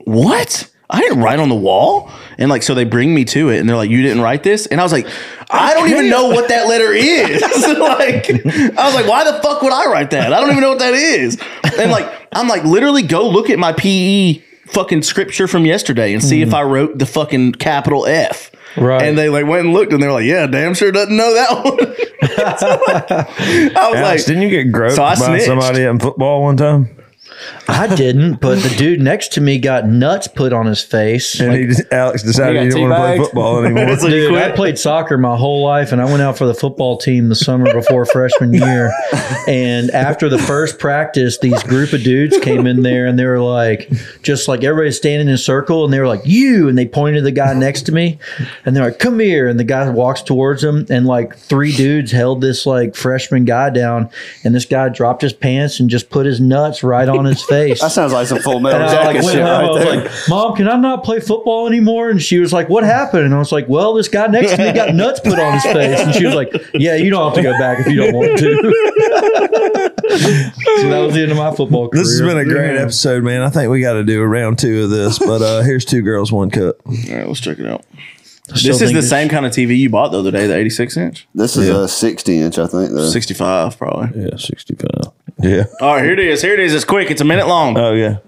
S1: what? I didn't write on the wall. And like, so they bring me to it and they're like, you didn't write this? And I was like, I don't even know what that letter is. like, I was like, why the fuck would I write that? I don't even know what that is. And like, I'm like, literally go look at my PE fucking scripture from yesterday and see if I wrote the fucking capital F.
S2: Right.
S1: And they like went and looked and they were like, yeah, damn sure doesn't know that one. I was
S3: Alex,
S1: like,
S3: didn't you get groped
S1: So I
S3: by
S1: snitched.
S3: somebody in football one time?
S2: I didn't, but the dude next to me got nuts put on his face.
S3: And
S2: Like,
S3: he just, Alex
S4: You
S3: decided
S4: got
S3: he didn't want to play
S4: teabagged?
S3: football anymore.
S1: It's like-
S2: dude, I
S1: quit?
S2: played soccer my whole life and I went out for the football team the summer before freshman year. And after the first practice, these group of dudes came in there and they were like just like everybody's standing in a circle and they were like, You and they pointed to the guy next to me and they're like, Come here and the guy walks towards them and like three dudes held this like freshman guy down and this guy dropped his pants and just put his nuts right on his face.
S4: that sounds like some full metal
S2: And I like
S4: jacket
S2: went
S4: shit
S2: home. I
S4: right
S2: was
S4: there.
S2: like, "Mom, can I not play football anymore?" And she was like, "What happened?" And I was like, "Well, this guy next to me got nuts put on his face." And she was like, "Yeah, you don't have to go back if you don't want to." so that was the end of my football career.
S3: This has been a great episode, man. I think we got to do a round two of this. But uh, here's two girls, one cup.
S1: all right, let's check it out.
S2: Still
S1: This is
S2: think
S1: the
S2: it's-
S1: same kind of TV you bought the other day, the 86 inch,
S4: this is a 60 inch, I think. Though.
S1: 65 probably.
S3: Yeah, sixty-five. Yeah.
S1: All right, here it is. Here it is. It's quick. It's a minute long.
S3: Oh yeah.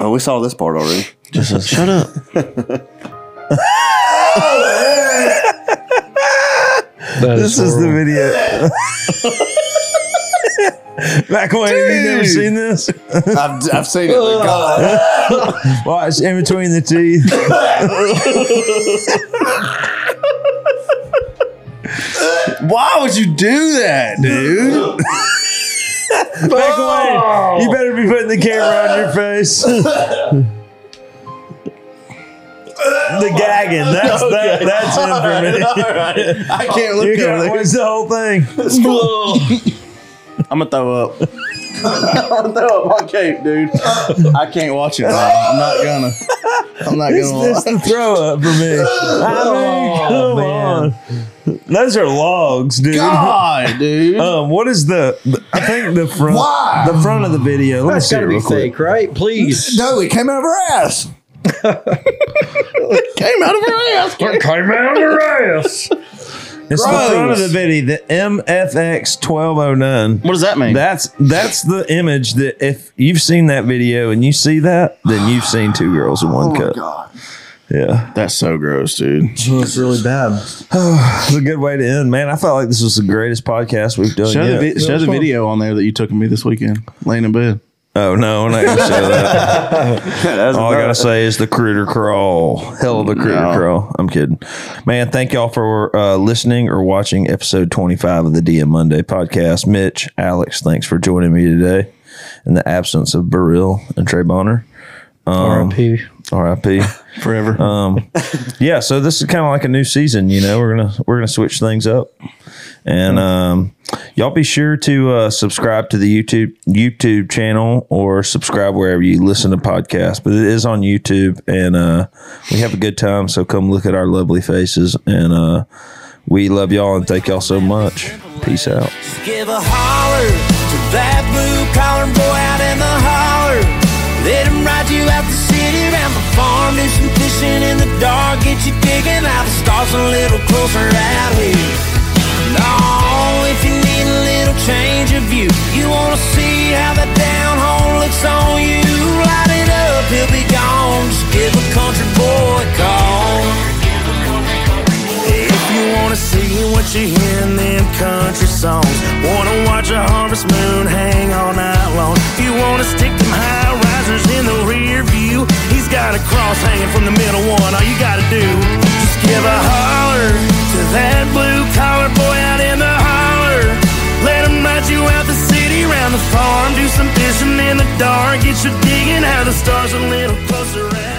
S4: Oh, we saw this part already.
S1: Just shut up.
S2: That
S3: This is the
S2: horrible.
S3: video. Back when you never seen this.
S4: I've, I've seen it. but God.
S3: Watch in between the teeth.
S1: Why would you do that, dude?
S3: Back
S1: Oh.
S3: away. You better be putting the camera on your face. the gagging. That's that, that's it for me.
S1: I can't
S3: You got to watch the whole thing.
S1: I'm gonna throw up. I'll throw up my cape, dude. I can't watch it. Bro. I'm not gonna. I'm not gonna.
S3: It's
S1: watch. Oh,
S3: the throw up for me. I mean, come
S2: man.
S3: on. Those are logs, dude.
S1: God, dude.
S3: Um, what is the? I think the front,
S4: Why?
S3: the front of the video. Let me
S2: That's
S3: see it
S2: gotta be
S3: real quick.
S2: fake, right? Please.
S4: No, it came out of her ass.
S1: Came out of her ass.
S3: It's the front of
S1: Gross.
S3: the video. The MFX twelve oh nine.
S1: What does that mean?
S3: That's that's the image that if you've seen that video and you see that, then you've seen two girls in one cup.
S4: God.
S3: Yeah,
S1: That's so gross, dude.
S2: It's really bad.
S3: it's a good way to end, man. I felt like this was the greatest podcast we've done
S1: Show
S3: yet.
S1: the, vi- show the video on there that you took of me this weekend, laying in bed.
S3: oh no, we're not gonna show that.
S4: That's
S3: All Oh, I gotta say is the critter crawl. Hell of a critter
S1: No.
S3: crawl. I'm kidding, man. Thank y'all for uh, listening or watching episode 25 of the DM Monday podcast. Mitch, Alex, thanks for joining me today. In the absence of Burrill and Trey Bonner,
S2: RIP.
S3: R.I.P.
S1: Forever.
S3: yeah, so this is kind of like a new season. You know, we're gonna we're gonna switch things up, and um, y'all be sure to uh, subscribe to the YouTube YouTube channel or subscribe wherever you listen to podcasts. But it is on YouTube, and uh, we have a good time. So come look at our lovely faces, and uh, we love y'all and thank y'all so much. Peace out.
S6: Give a holler to that blue collar boy out in the holler. Let him ride you out the city, around the farm, do some fishing in the dark, get you digging out the stars a little closer out here. No, if you need a little change of view, you wanna see how the down home looks on you. Light it up, he'll be gone. Just give a country boy a call. If you wanna see what you hear in them country songs, wanna watch a harvest moon hang all night long. If you wanna stick them high risers in the rear view, he's got a cross hanging from the middle one. All you gotta do just give a holler to that blue collar boy out in the holler. Let him ride you out the city, round the farm, do some fishing in the dark, get you digging how the stars a little closer. Oh,